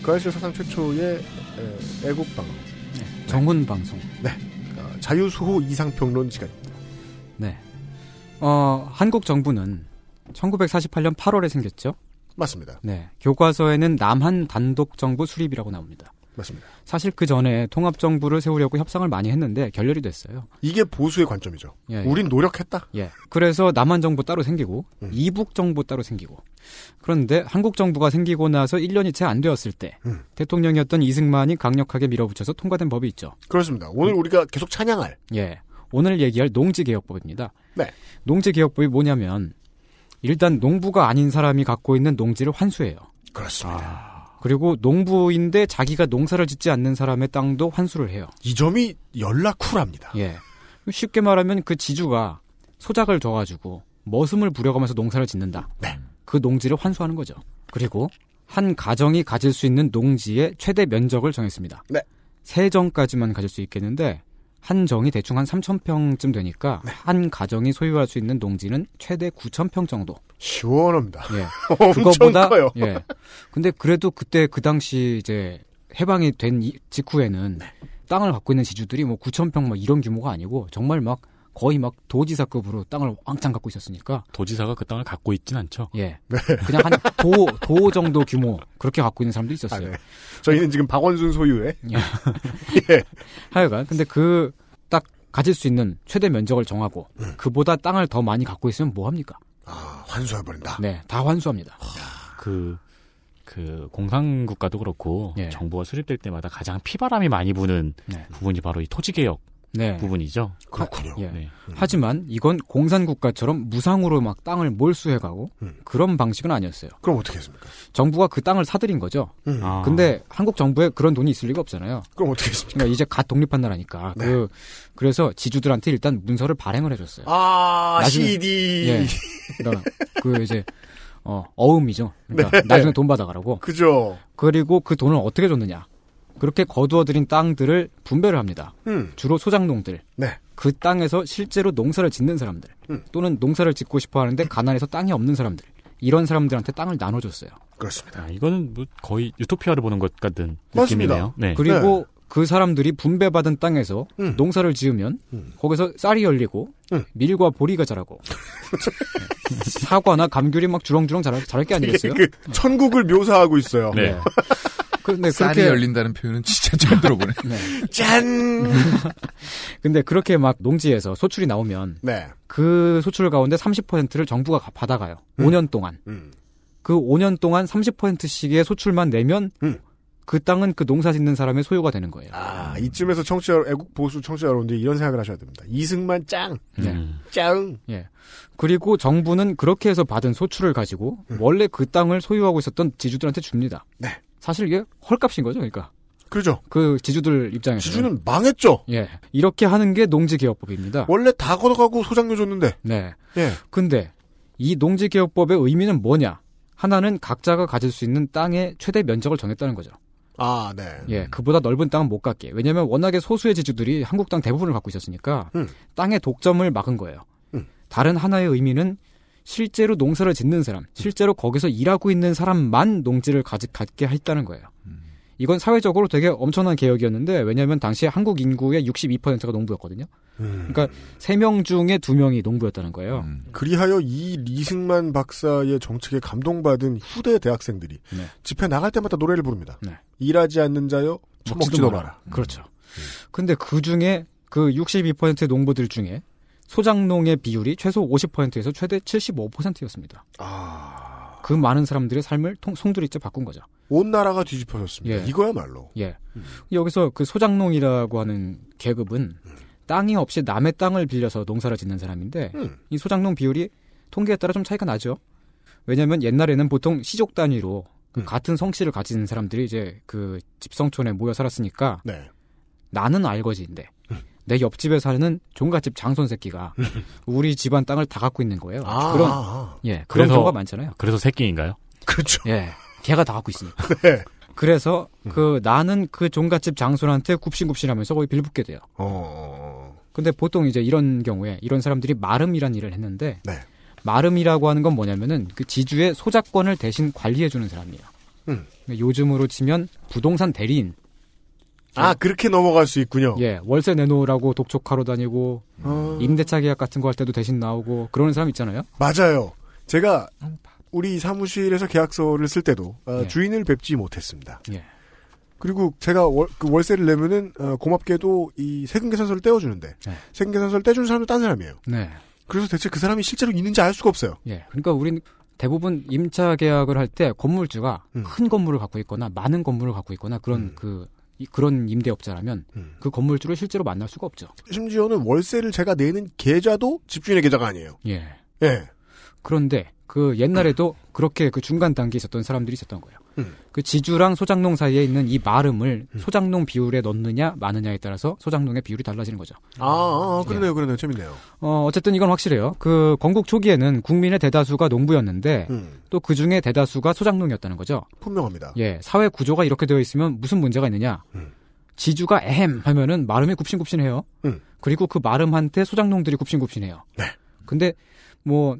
북한에서 예, 사상 최초의 에, 애국방송
정훈 방송.
어, 자유수호 이상평론 시간입니다.
네. 어, 한국 정부는 1948년 8월에 생겼죠.
맞습니다.
네. 교과서에는 남한 단독 정부 수립이라고 나옵니다.
맞습니다.
사실 그 전에 통합 정부를 세우려고 협상을 많이 했는데 결렬이 됐어요.
이게 보수의 관점이죠.
예, 예.
우린 노력했다.
예. 그래서 남한 정부 따로 생기고
음.
이북 정부 따로 생기고 그런데 한국 정부가 생기고 나서 1년이 채 안 되었을 때
음.
대통령이었던 이승만이 강력하게 밀어붙여서 통과된 법이 있죠.
그렇습니다. 오늘
음.
우리가 계속 찬양할
예. 오늘 얘기할 농지개혁법입니다.
네.
농지개혁법이 뭐냐면 일단 농부가 아닌 사람이 갖고 있는 농지를 환수해요.
그렇습니다.
아. 그리고 농부인데 자기가 농사를 짓지 않는 사람의 땅도 환수를 해요.
이 점이 열라 쿨합니다.
예. 쉽게 말하면 그 지주가 소작을 줘가지고 머슴을 부려가면서 농사를 짓는다.
네.
그 농지를 환수하는 거죠. 그리고 한 가정이 가질 수 있는 농지의 최대 면적을 정했습니다.
네.
세 정까지만 가질 수 있겠는데 한 정이 대충 한 3천 평쯤 되니까
네.
한 가정이 소유할 수 있는 농지는 최대 9천 평 정도.
시원합니다.
예.
엄청 커요.
예. 근데 그래도 그때 그 당시 이제 해방이 된 이- 직후에는
네.
땅을 갖고 있는 지주들이 뭐 9천 평 막 이런 규모가 아니고 정말 막 거의 막 도지사급으로 땅을 왕창 갖고 있었으니까
도지사가 그 땅을 갖고 있진 않죠.
예.
네.
그냥 한 도 도 정도 규모 그렇게 갖고 있는 사람도
아,
있었어요.
네. 저희는 지금 박원순 소유의
음. 하여간 근데 그 딱 가질 수 있는 최대 면적을 정하고
음.
그보다 땅을 더 많이 갖고 있으면 뭐 합니까?
아, 환수해버린다.
네, 다 환수합니다.
그, 그, 공산국가도 그렇고,
예.
정부가 수립될 때마다 가장 피바람이 많이 부는
네.
부분이 바로 이 토지개혁
네.
부분이죠.
그렇군요.
예.
네.
하지만 이건 공산국가처럼 무상으로 막 땅을 몰수해가고
음.
그런 방식은 아니었어요.
그럼 어떻게 했습니까?
정부가 그 땅을 사들인 거죠.
음,
아.
근데 한국 정부에 그런 돈이 있을 리가 없잖아요.
그럼 어떻게 했습니까?
그러니까 이제 갓 독립한 나라니까.
네.
그, 그래서 지주들한테 일단 문서를 발행을 해줬어요.
아,
예. 나중에-
CD.
예. 그러니까 그 이제 어, 어음이죠.
네.
그러니까 나중에 돈 받아가라고.
그죠.
그리고 그 돈을 어떻게 줬느냐. 그렇게 거두어들인 땅들을 분배를 합니다.
음,
주로 소장농들.
네.
그 땅에서 실제로 농사를 짓는 사람들.
음.
또는 농사를 짓고 싶어 하는데 가난해서 땅이 없는 사람들. 이런 사람들한테 땅을 나눠줬어요.
그렇습니다.
아, 이거는 뭐 거의 유토피아를 보는 것 같은
맞습니다.
느낌이네요. 네.
그리고 그 사람들이 분배받은 땅에서
음.
농사를 지으면
음.
거기서 쌀이 열리고
음.
밀과 보리가 자라고 사과나 감귤이 막 주렁주렁 자랄, 자랄 게 아니겠어요?
그 천국을 묘사하고 있어요.
네.
근데
쌀이
그렇게
열린다는 표현은 진짜 처음 들어보네.
네.
짠.
근데 그렇게 막 농지에서 소출이 나오면
네.
그 소출 가운데 30%를 정부가 가- 받아가요. 5년 동안.
음.
그 5년 동안 30%씩의 소출만 내면
음.
그 땅은 그 농사 짓는 사람의 소유가 되는 거예요.
아, 이쯤에서 청취자, 애국 보수 청취자 여러분들이 이런 생각을 하셔야 됩니다. 이승만 짱.
네.
음.
짱.
그리고 정부는 그렇게 해서 받은 소출을 가지고 원래 그 땅을 소유하고 있었던 지주들한테 줍니다.
음. 네.
사실 이게 헐값인 거죠, 그러니까
그죠.
그 지주들 입장에서.
지주는 뭐? 망했죠.
예 이렇게 하는 게 농지개혁법입니다.
원래 다 걷어가고 소장료 줬는데.
네.
예.
근데 이 농지개혁법의 의미는 뭐냐? 하나는 각자가 가질 수 있는 땅의 최대 면적을 정했다는 거죠.
아, 네.
예, 그보다 넓은 땅은 못 갖게. 왜냐하면 워낙에 소수의 지주들이 한국 땅 대부분을 갖고 있었으니까
음.
땅의 독점을 막은 거예요.
음.
다른 하나의 의미는 실제로 농사를 짓는 사람, 실제로 거기서 일하고 있는 사람만 농지를 가지, 갖게 했다는 거예요.
음.
이건 사회적으로 되게 엄청난 개혁이었는데 왜냐하면 당시에 한국 인구의 62%가 농부였거든요.
음.
그러니까 3명 중에 2명이 농부였다는 거예요.
음.
그리하여 이 이승만 박사의 정책에 감동받은 후대 대학생들이
네.
집회 나갈 때마다 노래를 부릅니다.
네.
일하지 않는 자여 먹지도 마라.
뭐
음.
그렇죠. 근데 그 중에 그 62% 농부들 중에 소작농의 비율이 최소 50%에서 최대 75%였습니다.
아,
그 많은 사람들의 삶을 통, 송두리째 바꾼 거죠.
온 나라가 뒤집어졌습니다.
예.
이거야말로.
예. 여기서 그 소작농이라고 하는 계급은
음.
땅이 없이 남의 땅을 빌려서 농사를 짓는 사람인데
음.
이 소작농 비율이 통계에 따라 좀 차이가 나죠. 왜냐하면 옛날에는 보통 시족 단위로 그
음.
같은 성씨를 가진 사람들이 이제 그 집성촌에 모여 살았으니까
네.
나는 알거지인데
음.
내 옆집에 사는 종갓집 장손 새끼가 우리 집안 땅을 다 갖고 있는 거예요.
아,
그런
아,
예 그런
그래서-
경우가 많잖아요.
그래서 새끼인가요?
그렇죠.
예 걔가 다 갖고 있으니까.
네. 음.
그래서 그 나는 그 종갓집 장손한테 굽신굽신하면서 거의 빌붙게 돼요.
어,
근데 보통 이제 이런 경우에 이런 사람들이 마름이란 일을 했는데
네.
마름이라고 하는 건 뭐냐면은 그 지주의 소작권을 대신 관리해 주는 사람이에요.
음.
그러니까 요즘으로 치면 부동산 대리인.
아 그렇게 넘어갈 수 있군요.
예, 월세 내놓으라고 독촉하러 다니고
어,
임대차 계약 같은 거 할 때도 대신 나오고 그러는 사람 있잖아요.
맞아요. 제가 우리 사무실에서 계약서를 쓸 때도 어,
음, 예.
주인을 뵙지 못했습니다.
예.
그리고 제가 월, 그 월세를 내면은 어, 고맙게도 이 세금 계산서를 떼어주는데
네.
세금 계산서를 떼준 사람은 딴 사람이에요.
네.
그래서 대체 그 사람이 실제로 있는지 알 수가 없어요.
예. 그러니까 우린 대부분 임차 계약을 할 때 건물주가
음.
큰 건물을 갖고 있거나 많은 건물을 갖고 있거나 그런
음.
그 이- 그런 임대업자라면
음.
그 건물주를 실제로 만날 수가 없죠.
심지어는 월세를 제가 내는 계좌도 집주인의 계좌가 아니에요.
예.
예.
그런데 그 옛날에도 그렇게 그 중간 단계에 있었던 사람들이 있었던 거예요.
음.
그 지주랑 소장농 사이에 있는 이 마름을
음.
소장농 비율에 넣느냐 마느냐에 따라서 소장농의 비율이 달라지는 거죠.
아, 아, 아,
예.
그러네요, 그러네요. 재밌네요.
어, 어쨌든 이건 확실해요. 그 건국 초기에는 국민의 대다수가 농부였는데
음,
또 그 중에 대다수가 소장농이었다는 거죠.
분명합니다.
예, 사회 구조가 이렇게 되어 있으면 무슨 문제가 있느냐?
아. 음.
지주가 에헴 하면은 마름이 굽신굽신해요.
음.
그리고 그 마름한테 소장농들이 굽신굽신해요.
네.
근데 뭐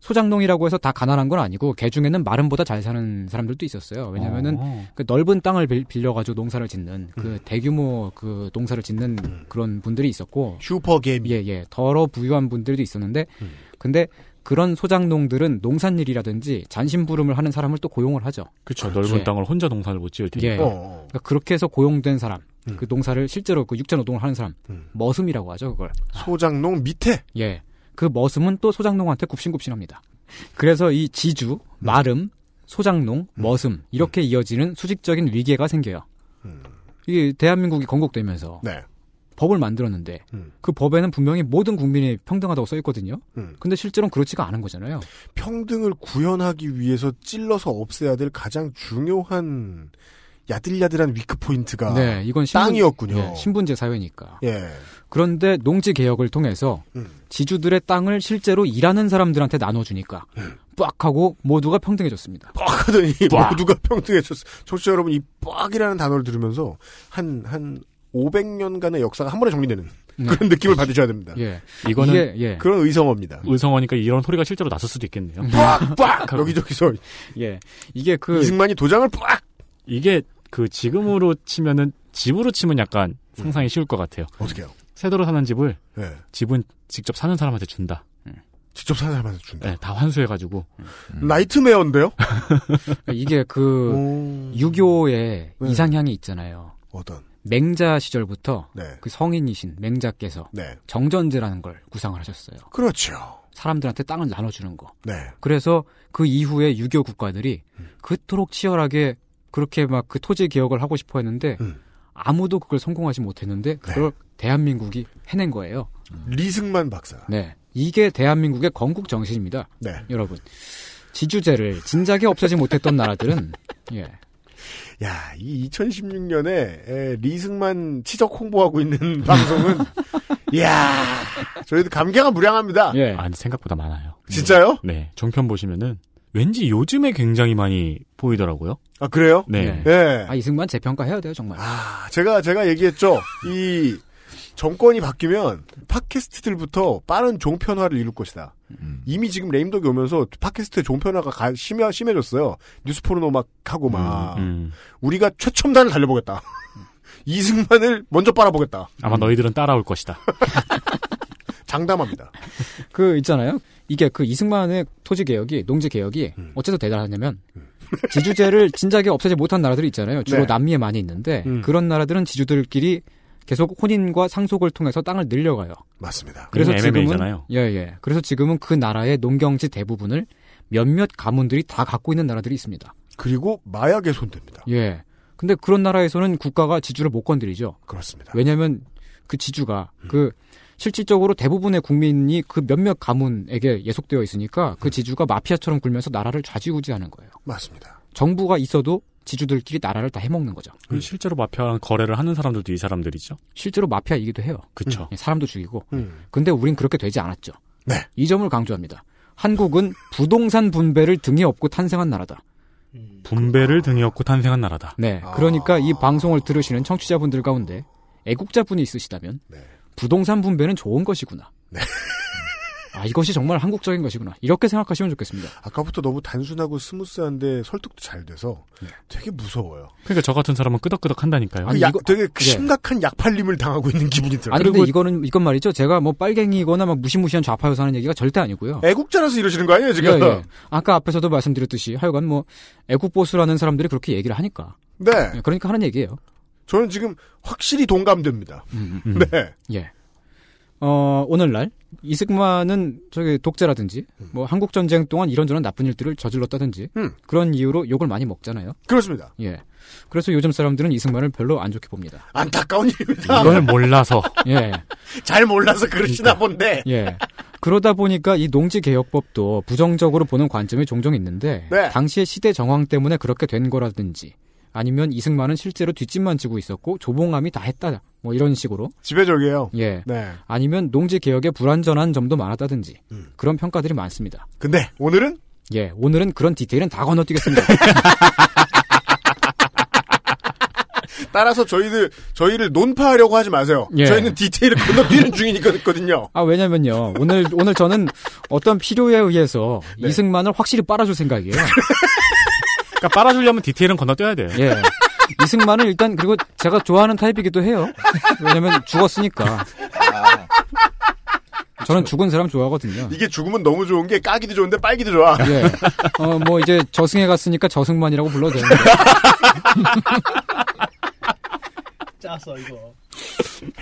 소장농이라고 해서 다 가난한 건 아니고 개 중에는 마름보다 잘 사는 사람들도 있었어요. 왜냐면은
어.
그 넓은 땅을 빌- 빌려가지고 농사를 짓는 그
음.
대규모 그 농사를 짓는 그런 분들이 있었고
슈퍼 개미.
예, 예. 더러 부유한 분들도 있었는데,
음.
근데 그런 소장농들은 농산일이라든지 잔심부름을 하는 사람을 또 고용을 하죠.
그렇죠. 넓은
예.
땅을 혼자 농사를 못 지을 테니까.
예.
어, 어.
그러니까 그렇게 해서 고용된 사람,
음.
그 농사를 실제로 그 육체노동을 하는 사람,
음.
머슴이라고 하죠, 그걸.
소장농 밑에
예. 그 머슴은 또 소장농한테 굽신굽신합니다. 그래서 이 지주,
음.
마름, 소장농, 머슴, 이렇게 이어지는 수직적인 위계가 생겨요.
음.
이게 대한민국이 건국되면서
네.
법을 만들었는데
음.
그 법에는 분명히 모든 국민이 평등하다고 써 있거든요.
음.
근데 실제로는 그렇지가 않은 거잖아요.
평등을 구현하기 위해서 찔러서 없애야 될 가장 중요한 야들야들한 위크 포인트가
네, 이건 신분,
땅이었군요.
예, 신분제 사회니까.
예.
그런데 농지 개혁을 통해서
음.
지주들의 땅을 실제로 일하는 사람들한테 나눠주니까
음.
빡 하고 모두가 평등해졌습니다.
빡하더니
빡.
모두가 평등해졌어. 청취자 여러분 이 빡이라는 단어를 들으면서 한 한 500년간의 역사가 한 번에 정리되는
네.
그런 느낌을 받으셔야 됩니다.
예,
이거는
이게, 예,
그런 의성어입니다.
의성어니까 이런 소리가 실제로 났을 수도 있겠네요.
빡! 빡! 여기저기서
예, 이게 그
이승만이 도장을 빡!
이게 그 지금으로 치면은 집으로 치면 약간 상상이 쉬울 것 같아요.
어떻게 해요?
새도로 사는 집을
예.
집은 직접 사는 사람한테 준다.
직접 사는 사람한테 준다.
네, 다 환수해가지고
나이트메어인데요?
이게 네. 그
오.
유교의
네.
이상향이 있잖아요.
어떤?
맹자 시절부터
네.
그 성인이신 맹자께서
네.
정전제라는 걸 구상을 하셨어요.
그렇죠.
사람들한테 땅을 나눠주는 거.
네.
그래서 그 이후에 유교 국가들이 그토록 치열하게 그렇게 막 그 토지 개혁을 하고 싶어 했는데
음.
아무도 그걸 성공하지 못했는데 그걸 대한민국이 해낸 거예요.
리승만 박사.
네. 이게 대한민국의 건국 정신입니다.
네.
여러분. 지주제를 진작에 없애지 못했던 나라들은 예.
야, 이 2016년에 리승만 치적 홍보하고 있는 방송은 야, 저희도 감개가 무량합니다.
예.
아니 네. 생각보다 많아요.
진짜요?
네, 종편 보시면은 왠지 요즘에 굉장히 많이 보이더라고요.
아, 그래요?
네,
네.
예.
아 이승만 재평가해야 돼요, 정말.
아, 제가 제가 얘기했죠. 이 정권이 바뀌면 팟캐스트들부터 빠른 종편화를 이룰 것이다. 이미 지금 레임덕이 오면서 팟캐스트 종편화가 가- 심해, 심해졌어요. 뉴스포르노 막 하고 막
음.
우리가 최첨단을 달려보겠다. 이승만을 먼저 빨아보겠다.
아마 너희들은 따라올 것이다.
장담합니다.
그 있잖아요. 이게 그 이승만의 토지 개혁이 농지 개혁이
음.
어째서 대단하냐면 지주제를 진작에 없애지 못한 나라들이 있잖아요. 주로
네.
남미에 많이 있는데
음.
그런 나라들은 지주들끼리 계속 혼인과 상속을 통해서 땅을 늘려가요.
맞습니다.
그래서
이게
지금은
MMA잖아요.
예, 예. 그래서 지금은 그 나라의 농경지 대부분을 몇몇 가문들이 다 갖고 있는 나라들이 있습니다.
그리고 마약에 손댑니다.
예. 근데 그런 나라에서는 국가가 지주를 못 건드리죠.
그렇습니다.
왜냐하면 그 지주가 그 실질적으로 대부분의 국민이 그 몇몇 가문에게 예속되어 있으니까 그 지주가 마피아처럼 굴면서 나라를 좌지우지하는 거예요.
맞습니다.
정부가 있어도 지주들끼리 나라를 다 해먹는 거죠.
그리고 실제로 마피아랑 거래를 하는 사람들도 이 사람들이죠.
실제로 마피아이기도 해요.
그쵸.
예, 사람도 죽이고.
음.
근데 우린 그렇게 되지 않았죠.
네.
이 점을 강조합니다. 한국은 부동산 분배를 등에 업고 탄생한 나라다.
음. 분배를 등에 업고 탄생한 나라다.
네.
아.
그러니까 이 방송을 들으시는 청취자분들 가운데 애국자분이 있으시다면
네.
부동산 분배는 좋은 것이구나.
네.
아, 아, 이것이 정말 한국적인 것이구나. 이렇게 생각하시면 좋겠습니다.
아까부터 너무 단순하고 스무스한데 설득도 잘 돼서 되게 무서워요.
그러니까 저 같은 사람은 끄덕끄덕 한다니까요.
네.
그
아니,
약,
이거-
되게
예.
심각한 약팔림을 당하고 있는 기분이 들어요.
아니
그리고
근데 이거는 이건 말이죠. 제가 뭐 빨갱이거나 막 무시무시한 좌파여서 하는 얘기가 절대 아니고요.
애국자라서 이러시는 거 아니에요 지금?
예, 예. 아까 앞에서도 말씀드렸듯이 하여간 뭐 애국보수라는 사람들이 그렇게 얘기를 하니까
네,
예, 그러니까 하는 얘기예요.
저는 지금 확실히 동감됩니다.
음.
네,
예. 어, 오늘날 이승만은 저기 독재라든지 뭐 한국 전쟁 동안 이런저런 나쁜 일들을 저질렀다든지
음.
그런 이유로 욕을 많이 먹잖아요.
그렇습니다.
예. 그래서 요즘 사람들은 이승만을 별로 안 좋게 봅니다.
안타까운 일입니다.
이걸 몰라서
예.
잘 몰라서 그러시나 본데.
예. 그러다 보니까 이 농지 개혁법도 부정적으로 보는 관점이 종종 있는데
네.
당시의 시대 정황 때문에 그렇게 된 거라든지 아니면 이승만은 실제로 뒷짐만 지고 있었고 조봉암이 다 했다. 뭐 이런 식으로.
지배적이에요.
예.
네.
아니면 농지 개혁에 불완전한 점도 많았다든지
음.
그런 평가들이 많습니다.
근데 오늘은
예, 오늘은 그런 디테일은 다 건너뛰겠습니다.
따라서 저희들 저희를 논파하려고 하지 마세요.
예.
저희는 디테일을 건너뛰는 중이니까거든요.
아 왜냐면요 오늘 오늘 저는 어떤 필요에 의해서
네.
이승만을 확실히 빨아줄 생각이에요.
그러니까 빨아주려면 디테일은 건너뛰어야 돼요.
예. 이승만은 일단 그리고 제가 좋아하는 타입이기도 해요. 왜냐면 죽었으니까. 저는 죽은 사람 좋아하거든요.
이게 죽으면 너무 좋은 게 까기도 좋은데 빨기도 좋아.
예. 어, 뭐 이제 저승에 갔으니까 저승만이라고 불러도 되는데.
짜서 이거.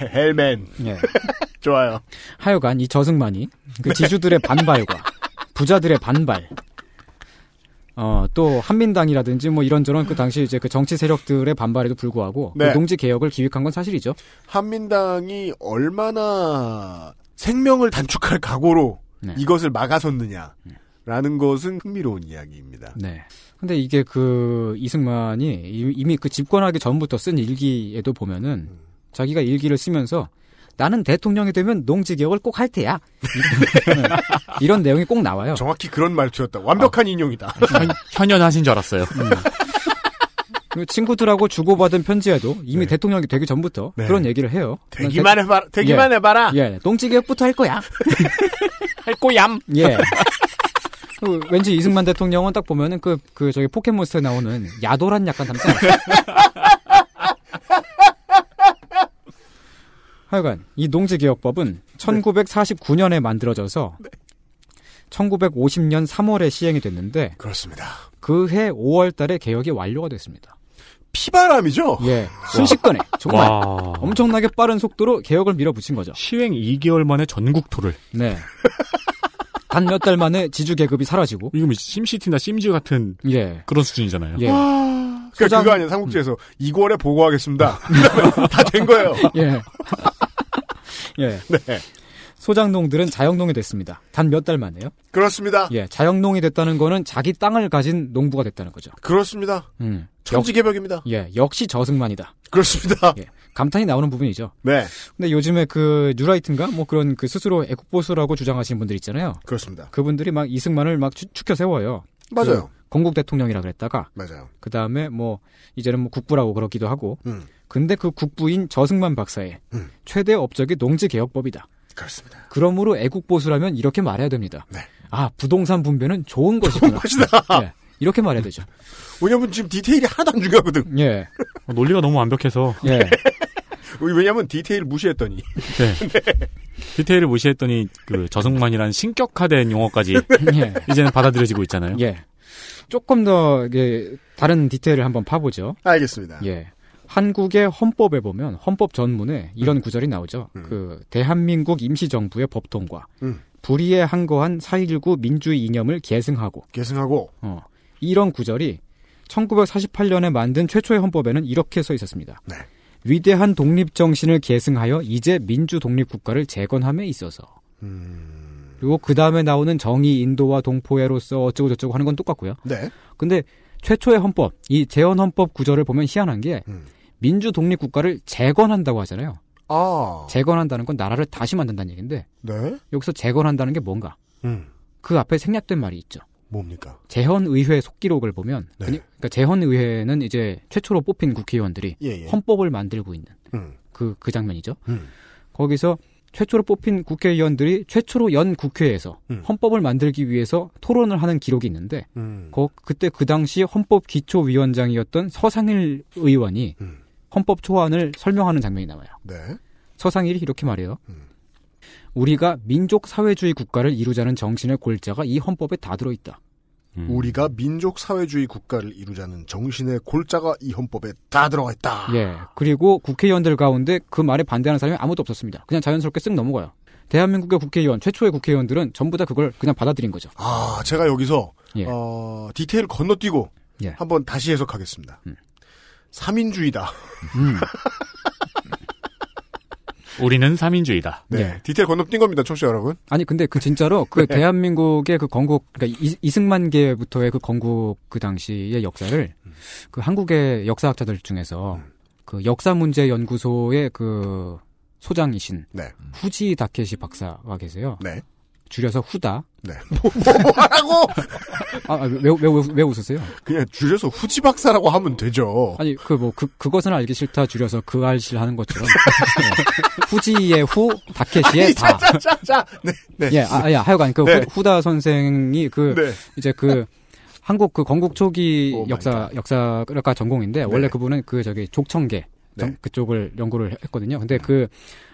헬맨
예.
좋아요.
하여간 이 저승만이
네.
그 지주들의 반발과 부자들의 반발, 어, 또 한민당이라든지 뭐 이런저런 그 당시 이제 그 정치 세력들의 반발에도 불구하고
네.
그 농지 개혁을 기획한 건 사실이죠.
한민당이 얼마나 생명을 단축할 각오로
네.
이것을 막아섰느냐라는 것은 흥미로운 이야기입니다.
네. 근데 이게 그 이승만이 이- 이미 그 집권하기 전부터 쓴 일기에도 보면은 자기가 일기를 쓰면서 나는 대통령이 되면 농지 개혁을 꼭 할 테야. 이런, 이런 내용이 꼭 나와요.
정확히 그런 말투였다.
아.
완벽한 인용이다.
그러니까
현, 현연하신 줄 알았어요.
그리고 친구들하고 주고받은 편지에도
네.
이미 대통령이 되기 전부터
네.
그런 얘기를 해요.
되기만 해봐라. 되기만 해봐라.
예, 농지 개혁부터 할 거야.
할 꼬얌.
예. 그 왠지 이승만 대통령은 딱 보면은 그, 그, 저기 포켓몬스터에 나오는 야도란 약간 닮지 않아요? 하여간, 이 농지개혁법은 1949년에 만들어져서 1950년 3월에 시행이 됐는데
그렇습니다.
그해 5월 달에 개혁이 완료가 됐습니다.
피바람이죠.
예. 순식간에, 정말.
와.
엄청나게 빠른 속도로 개혁을 밀어붙인 거죠.
시행 2개월 만에 전국 토를.
네. 단 몇 달 만에 지주 계급이 사라지고,
이거 뭐 심시티나 심즈 같은
예.
그런 수준이잖아요.
예.
그러니까
소장- 음.
그거 아니에요. 삼국지에서 이월에 보고하겠습니다. 다 된 거예요.
예. 예.
네.
소장농들은 자영농이 됐습니다. 단 몇 달 만에요.
그렇습니다.
예, 자영농이 됐다는 거는 자기 땅을 가진 농부가 됐다는 거죠.
그렇습니다.
음. 역,
천지개벽입니다.
예, 역시 저승만이다.
그렇습니다.
예. 감탄이 나오는 부분이죠.
네.
근데 요즘에 그 뉴라이트인가 뭐 그런 그 스스로 애국보수라고 주장하시는 분들 있잖아요.
그렇습니다.
그분들이 막 이승만을 막 추, 추켜 세워요.
맞아요.
그 건국 대통령이라 그랬다가
맞아요.
그 다음에 뭐 이제는 뭐 국부라고 그러기도 하고.
음.
근데 그 국부인 저승만 박사의
음.
최대 업적이 농지개혁법이다.
그렇습니다.
그러므로 애국보수라면 이렇게 말해야 됩니다.
네.
아, 부동산 분배는 좋은 것이구나. 예, 이렇게 말해야 되죠.
왜냐면 지금 디테일이 하나도 안 중요하거든.
예.
어, 논리가 너무 완벽해서
예.
왜냐면 디테일 무시했더니.
디테일을 무시했더니 그 저승만이란 신격화된 용어까지
예.
이제는 받아들여지고 있잖아요.
예. 조금 더 이게 다른 디테일을 한번 파보죠.
알겠습니다.
예. 한국의 헌법에 보면 헌법 전문에 이런 구절이 나오죠. 그 대한민국 임시정부의 법통과
음.
불의에 항거한 4.19 민주주의 이념을 계승하고
계승하고
어, 이런 구절이 1948년에 만든 최초의 헌법에는 이렇게 써 있었습니다.
네.
위대한 독립 정신을 계승하여 이제 민주 독립 국가를 재건함에 있어서.
음.
그리고 그 다음에 나오는 정의 인도와 동포애로서 어쩌고 저쩌고 하는 건 똑같고요.
네.
근데 최초의 헌법, 이 재헌 헌법 구절을 보면 희한한 게
음.
민주 독립 국가를 재건한다고 하잖아요.
아.
재건한다는 건 나라를 다시 만든다는 얘기인데
네.
여기서 재건한다는 게 뭔가?
음.
그 앞에 생략된 말이 있죠.
뭡니까?
재헌의회 속기록을 보면
네.
그니- 그러니까 재헌의회는 이제 최초로 뽑힌 국회의원들이
예, 예.
헌법을 만들고 있는
음.
그, 그 장면이죠.
음.
거기서 최초로 뽑힌 국회의원들이 최초로 연 국회에서
음.
헌법을 만들기 위해서 토론을 하는 기록이 있는데
음.
거- 그때 그 당시 헌법 기초위원장이었던 서상일 의원이
음.
헌법 초안을 설명하는 장면이 나와요.
네.
서상일이 이렇게 말해요.
음.
우리가 민족 사회주의 국가를 이루자는 정신의 골자가 이 헌법에 다 들어있다.
음.
우리가 민족 사회주의 국가를 이루자는 정신의 골자가 이 헌법에 다 들어가 있다.
예. 그리고 국회의원들 가운데 그 말에 반대하는 사람이 아무도 없었습니다. 그냥 자연스럽게 쓱 넘어가요. 대한민국의 국회의원, 최초의 국회의원들은 전부 다 그걸 그냥 받아들인 거죠.
아, 제가 여기서
예.
어, 디테일 건너뛰고
예.
한번 다시 해석하겠습니다.
음.
삼인주의다. 음.
우리는 삼인주의다.
네,
예.
디테일 건너뛴 겁니다, 청취자 여러분.
아니 근데 그 진짜로 그
네.
대한민국의 그 건국 그러니까 이- 이승만계부터의 그 건국 그 당시의 역사를 그 한국의 역사학자들 중에서
음.
그 역사문제연구소의 그 소장이신
네.
후지 다케시 박사가 계세요.
네.
줄여서 후다.
네. 뭐, 뭐 하라고?
아왜왜왜 왜, 왜 웃으세요?
그냥 줄여서 후지박사라고 하면 되죠.
아니 그 뭐 그 그것은 알기 싫다 줄여서 그 알실 하는 것처럼 네. 후지의 후 다케시의 다.
자, 네, 네.
예, 아, 예, 하여간 그
네.
후- 후다 선생이 그
네.
이제 그 한국 그 건국 초기
오 마이
역사 역사가 전공인데 원래
네.
그분은 그 저기 족청계 정-
네. 음.
그쪽을 연구를 했거든요. 근데 그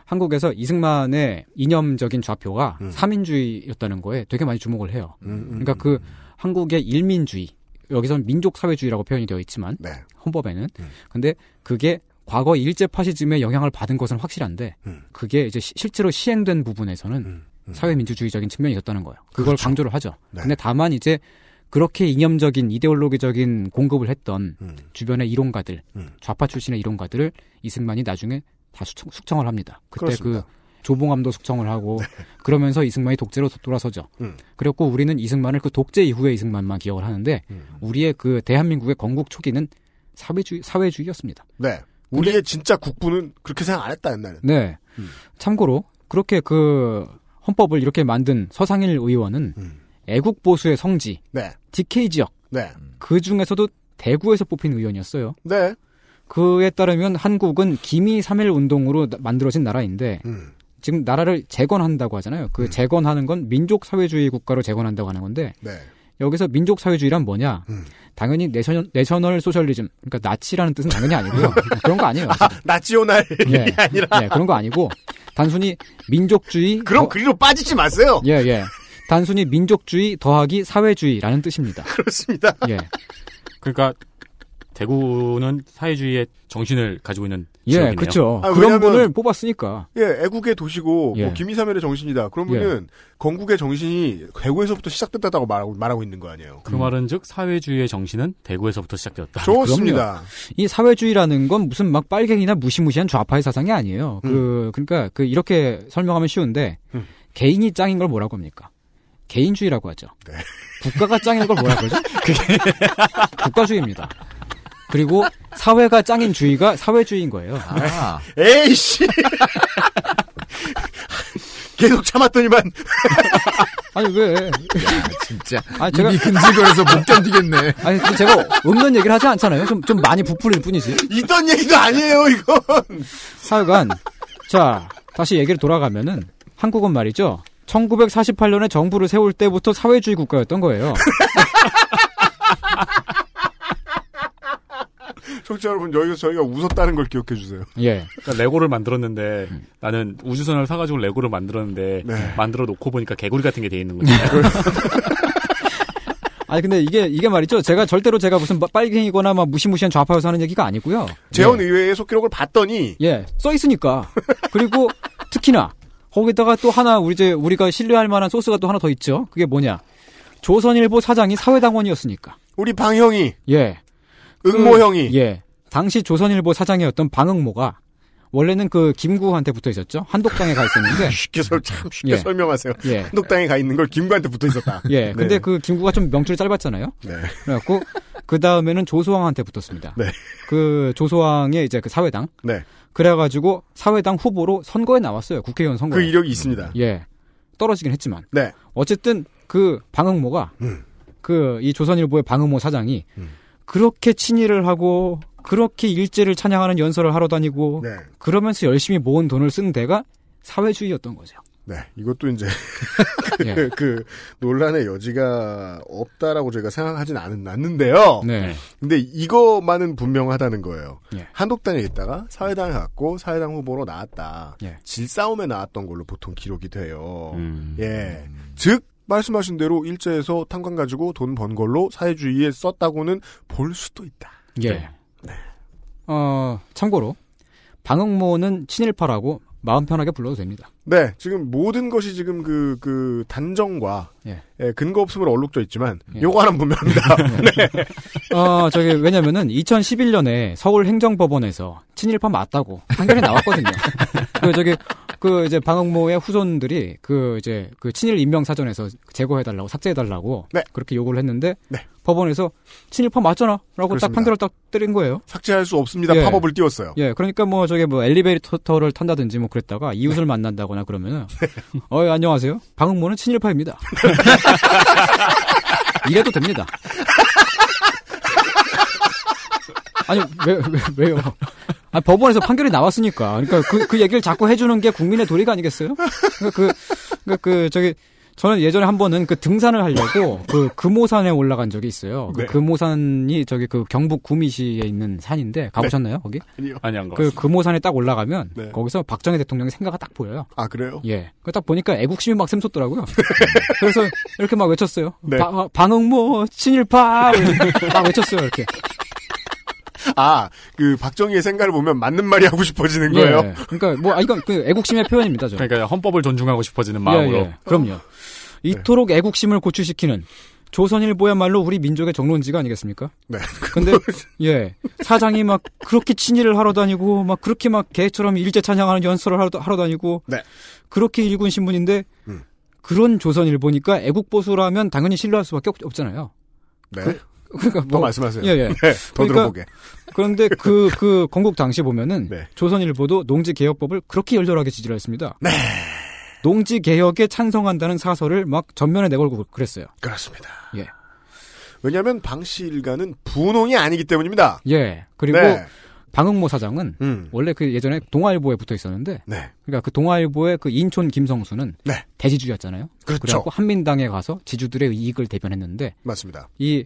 한국에서 이승만의 이념적인 좌표가
음.
사민주의였다는 거에 되게 많이 주목을 해요.
음, 음,
그러니까
음.
그 한국의 일민주의 여기선 민족 사회주의라고 표현이 되어 있지만
네.
헌법에는
음.
근데 그게 과거 일제 파시즘의 영향을 받은 것은 확실한데
음.
그게 이제 시- 실제로 시행된 부분에서는
음, 음.
사회민주주의적인 측면이 있었다는 거예요. 그걸
그렇죠.
강조를 하죠.
네.
근데 다만 이제 그렇게 이념적인 이데올로기적인 공급을 했던
음.
주변의 이론가들,
음.
좌파 출신의 이론가들을 이승만이 나중에 다 숙청, 숙청을 합니다. 그때
그렇습니다.
그 조봉암도 숙청을 하고 그러면서 이승만이 독재로 도- 돌아서죠.
네. 음.
그래갖고 우리는 이승만을 그 독재 이후의 이승만만 기억을 하는데
음.
우리의 그 대한민국의 건국 초기는 사회주의 사회주의였습니다.
네. 우리의 진짜 국부는 그렇게 생각 안 했다, 옛날엔.
네.
음.
참고로 그렇게 그 헌법을 이렇게 만든 서상일 의원은
음.
애국 보수의 성지
네.
DK 지역
네.
그 중에서도 대구에서 뽑힌 의원이었어요.
네.
그에 따르면 한국은 기미 3일 운동으로 나- 만들어진 나라인데
음.
지금 나라를 재건한다고 하잖아요. 그
음.
재건하는 건 민족 사회주의 국가로 재건한다고 하는 건데
네.
여기서 민족 사회주의란 뭐냐?
음.
당연히 내셔널, 내셔널 소셜리즘 그러니까 나치라는 뜻은 당연히 아니고요. 그런 거 아니에요.
나치오날.
예. 예, 그런 거 아니고 단순히 민족주의
그런
더-
그리로 빠지지 마세요.
어? 예, 예. 단순히 민족주의 더하기 사회주의라는 뜻입니다.
그렇습니다.
예.
그러니까 대구는 사회주의의 정신을 가지고 있는
예,
지역이네요.
그쵸.
아,
그런
왜냐면-
분을 뽑았으니까.
예, 애국의 도시고
예.
뭐 김이삼일의 정신이다. 그러면은 건국의 정신이 대구에서부터 시작됐다고 말하고 말하고 있는 거 아니에요.
음.
그 말은즉 사회주의의 정신은 대구에서부터 시작되었다.
좋습니다.
이 사회주의라는 건 무슨 막 빨갱이나 무시무시한 좌파의 사상이 아니에요. 그 그러니까 그 이렇게 설명하면 쉬운데
음.
개인이 짱인 걸 뭐라고 합니까? 개인주의라고 하죠. 국가가 짱인 걸 뭐라고 하죠? 국가주의입니다. 그리고 사회가 짱인 주의가 사회주의인 거예요.
아,
에이씨. 계속 참았더니만
아니 왜?
진짜.
아, 제가-
입이 근질거려서 못 견디겠네.
아니 근데 제가 없는 얘기를 하지 않잖아요. 좀 좀 많이 부풀릴 뿐이지.
있던 얘기도 아니에요, 이건.
하여간 자 다시 얘기를 돌아가면은 한국은 말이죠 1948년에 정부를 세울 때부터 사회주의 국가였던 거예요
청취자 여러분, 여기서 저희가 웃었다는 걸 기억해 주세요.
예
그러니까 레고를 만들었는데 나는 우주선을 사가지고 레고를 만들었는데
네.
만들어 놓고 보니까 개구리 같은 게 돼 있는 거죠.
네. 아니 근데 이게 이게 말이죠 제가 절대로 제가 무슨 마- 빨갱이거나 막 무시무시한 좌파여서 하는 얘기가 아니고요 네.
재원 의회의 속기록을 봤더니
예써 있으니까 그리고 특히나 거기다가 또 하나 우리 이제 우리가 신뢰할 만한 소스가 또 하나 더 있죠 그게 뭐냐 조선일보 사장이 사회당원이었으니까
우리 방형이,
예
뭐 응모형이
예. 당시 조선일보 사장이었던 방응모가 원래는 그 김구한테 붙어 있었죠. 한독당에 가 있었는데
쉽게 설, 참 쉽게
예.
설명하세요.
예.
한독당에 가 있는 걸 김구한테 붙어 있었다.
예. 근데
네.
그 김구가 좀 명줄 짧았잖아요.
네.
그래갖고 그 다음에는 조소왕한테 붙었습니다.
네.
그 조소왕의 이제 그 사회당.
네.
그래가지고 사회당 후보로 선거에 나왔어요. 국회의원 선거.
그 이력이 있습니다.
예. 떨어지긴 했지만.
네.
어쨌든 그 방응모가
음.
그 이 조선일보의 방응모 사장이
음.
그렇게 친일을 하고 그렇게 일제를 찬양하는 연설을 하러 다니고
네.
그러면서 열심히 모은 돈을 쓴 데가 사회주의였던 거죠.
네, 이것도 이제
예.
그, 그 논란의 여지가 없다라고 저희가 생각하진 않은, 않는데요.
네.
근데 이거만은 분명하다는 거예요.
예.
한독당에 있다가 사회당에 갔고 사회당 후보로 나왔다.
예.
질싸움에 나왔던 걸로 보통 기록이 돼요.
음.
예. 즉 말씀하신 대로 일제에서 탄광 가지고 돈 번 걸로 사회주의에 썼다고는 볼 수도 있다.
예.
네.
어, 참고로 방응모는 친일파라고 마음 편하게 불러도 됩니다.
네, 지금 모든 것이 지금 그, 그, 단정과,
예.
예, 근거 없음으로 얼룩져 있지만,
예.
요거 하나 분명합니다.
어, 저게 왜냐면은 2011년에 서울 행정법원에서 친일파 맞다고 판결이 나왔거든요. 그 저기 그 이제 방응모의 후손들이 그 이제 그 친일 인명 사전에서 제거해 달라고 삭제해 달라고
네.
그렇게 요구를 했는데
네.
법원에서 친일파 맞잖아라고 딱
그렇습니다.
판결을 딱 때린 거예요.
삭제할 수 없습니다.
예.
팝업을 띄웠어요.
예, 그러니까 뭐 저게 뭐 엘리베이터를 탄다든지 뭐 그랬다가
네.
이웃을 만난다거나 그러면은 어 예, 안녕하세요. 방응모는 친일파입니다. 이래도 됩니다. 아니 왜, 왜 왜요? 아 법원에서 판결이 나왔으니까 그러니까 그 그 얘기를 자꾸 해주는 게 국민의 도리가 아니겠어요? 그러니까 그 그러니까 그 저기 저는 예전에 한 번은 그 등산을 하려고 그 금오산에 올라간 적이 있어요. 그
네.
금오산이 저기 그 경북 구미시에 있는 산인데 가보셨나요 거기?
아니 안것
그
같습니다.
금오산에 딱 올라가면
네.
거기서 박정희 대통령의 생가가 딱 보여요.
아, 그래요?
예. 그 딱 보니까 애국심이 막 샘솟더라고요. 그래서 이렇게 막 외쳤어요.
네.
바- 방응모 친일파 이렇게 막 외쳤어요. 이렇게.
아, 그, 박정희의 생각을 보면 맞는 말이 하고 싶어지는 거예요?
예. 그러니까 뭐 아, 이건 그 애국심의 표현입니다. 저.
그러니까 헌법을 존중하고 싶어지는
예,
마음으로
예. 그럼요. 이토록 애국심을 고취시키는 조선일보야말로 우리 민족의 정론지가 아니겠습니까?
네.
근데 예 사장이 막 그렇게 친일을 하러 다니고 막 그렇게 막 개처럼 일제 찬양하는 연설을 하러, 하러 다니고
네.
그렇게 일군 신문인데
음.
그런 조선일보니까 애국 보수라면 당연히 신뢰할 수밖에 없, 잖아요
네.
그러니까
더
뭐
말씀하세요.
예, 예.
네, 더
그러니까-
들어보게.
그런데 그, 그, 건국 당시 보면은,
네.
조선일보도 농지개혁법을 그렇게 열렬하게 지지를 했습니다. 농지개혁에 찬성한다는 사설을 막 전면에 내걸고 그랬어요.
그렇습니다.
예.
왜냐면, 방씨 일가는 분홍이 아니기 때문입니다.
예. 그리고
네.
방응모 사장은,
음.
원래 그 예전에 동아일보에 붙어 있었는데,
네.
그러니까 그 동아일보의 그 인촌 김성수는,
네.
대지주였잖아요.
그렇죠.
그래갖고 한민당에 가서 지주들의 이익을 대변했는데,
맞습니다.
이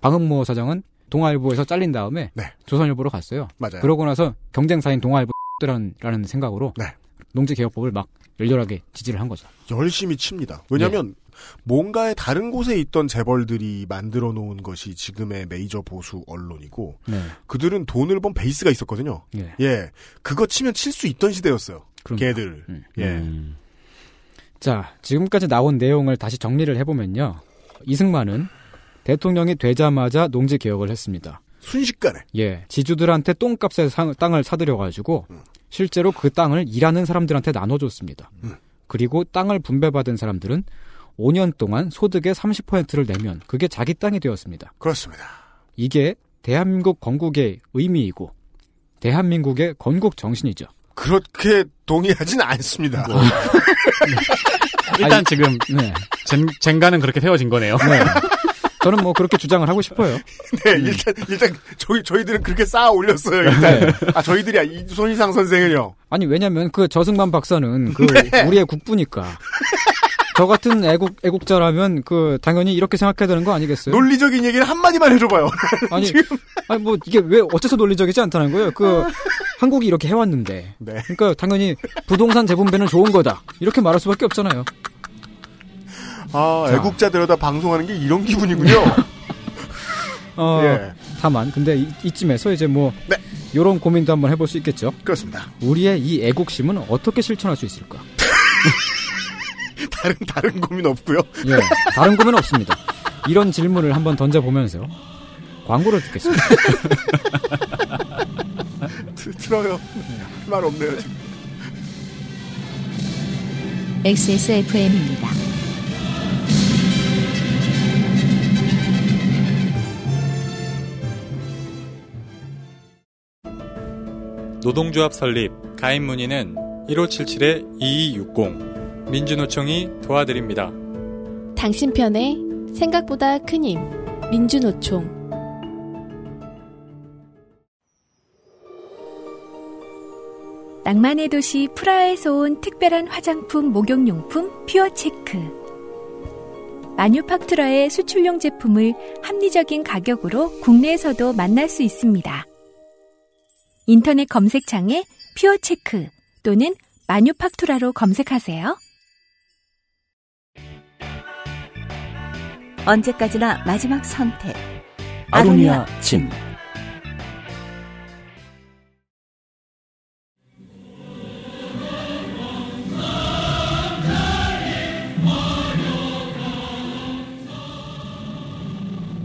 방응모 사장은 동아일보에서 잘린 다음에,
네.
조선일보로 갔어요.
맞아요.
그러고 나서 경쟁사인 동아일보 라는 라는 생각으로
네.
농지 개혁법을 막 열렬하게 지지를 한 거죠.
열심히 칩니다. 왜냐면
네.
뭔가의 다른 곳에 있던 재벌들이 만들어 놓은 것이 지금의 메이저 보수 언론이고
네.
그들은 돈을 번 베이스가 있었거든요.
예.
예. 그거 치면 칠 수 있던 시대였어요.
그럼
걔들.
음.
예.
음.
자, 지금까지 나온 내용을 다시 정리를 해 보면요. 이승만은 대통령이 되자마자 농지 개혁을 했습니다.
순식간에.
예. 지주들한테 똥값에 상- 땅을 사들여 가지고 실제로 그 땅을 일하는 사람들한테 나눠 줬습니다. 그리고 땅을 분배받은 사람들은 5년 동안 소득의 30%를 내면 그게 자기 땅이 되었습니다.
그렇습니다.
이게 대한민국 건국의 의미이고 대한민국의 건국 정신이죠.
그렇게 동의하진 않습니다.
뭐.
일단 지금
네.
젠, 젠가는 그렇게 세워진 거네요.
네. 저는 뭐 그렇게 주장을 하고 싶어요.
네,
음.
일단 일단 저희 저희들은 그렇게 쌓아 올렸어요. 일단.
네.
아, 저희들이야. 이 손희상 선생은요.
아니 왜냐면 그 저승만 박사는 그 우리의 국부니까. 저 같은 애국 애국자라면 그 당연히 이렇게 생각해야 되는 거 아니겠어요?
논리적인 얘기를 한 마디만 해 줘 봐요.
아니, 아니 뭐 이게 왜 어째서 논리적이지 않다는 거예요? 그 한국이 이렇게 해왔는데,
어. 네.
그러니까 당연히 부동산 재분배는 좋은 거다 이렇게 말할 수밖에 없잖아요.
아,
자.
애국자들여다 방송하는 게 이런 기분이군요.
어,
예.
다만 근데 이, 이쯤에서 이제 뭐
네.
이런 고민도 한번 해볼 수 있겠죠.
그렇습니다.
우리의 이 애국심은 어떻게 실천할 수 있을까?
다른 다른 고민 없고요.
예, 다른 고민 없습니다. 이런 질문을 한번 던져보면서 광고를 듣겠습니다.
들- 들어요. 할 말 없네요. 지금.
XSFM입니다.
노동조합 설립 가입 문의는 1577-2260 민주노총이 도와드립니다.
당신 편에 생각보다 큰 힘. 민주노총.
낭만의 도시 프라하에서 온 특별한 화장품 목욕용품 퓨어체크 마뉴팍투라의 수출용 제품을 합리적인 가격으로 국내에서도 만날 수 있습니다. 인터넷 검색창에 퓨어체크 또는 마뉴팍투라로 검색하세요.
언제까지나 마지막 선택.
아로니아 침.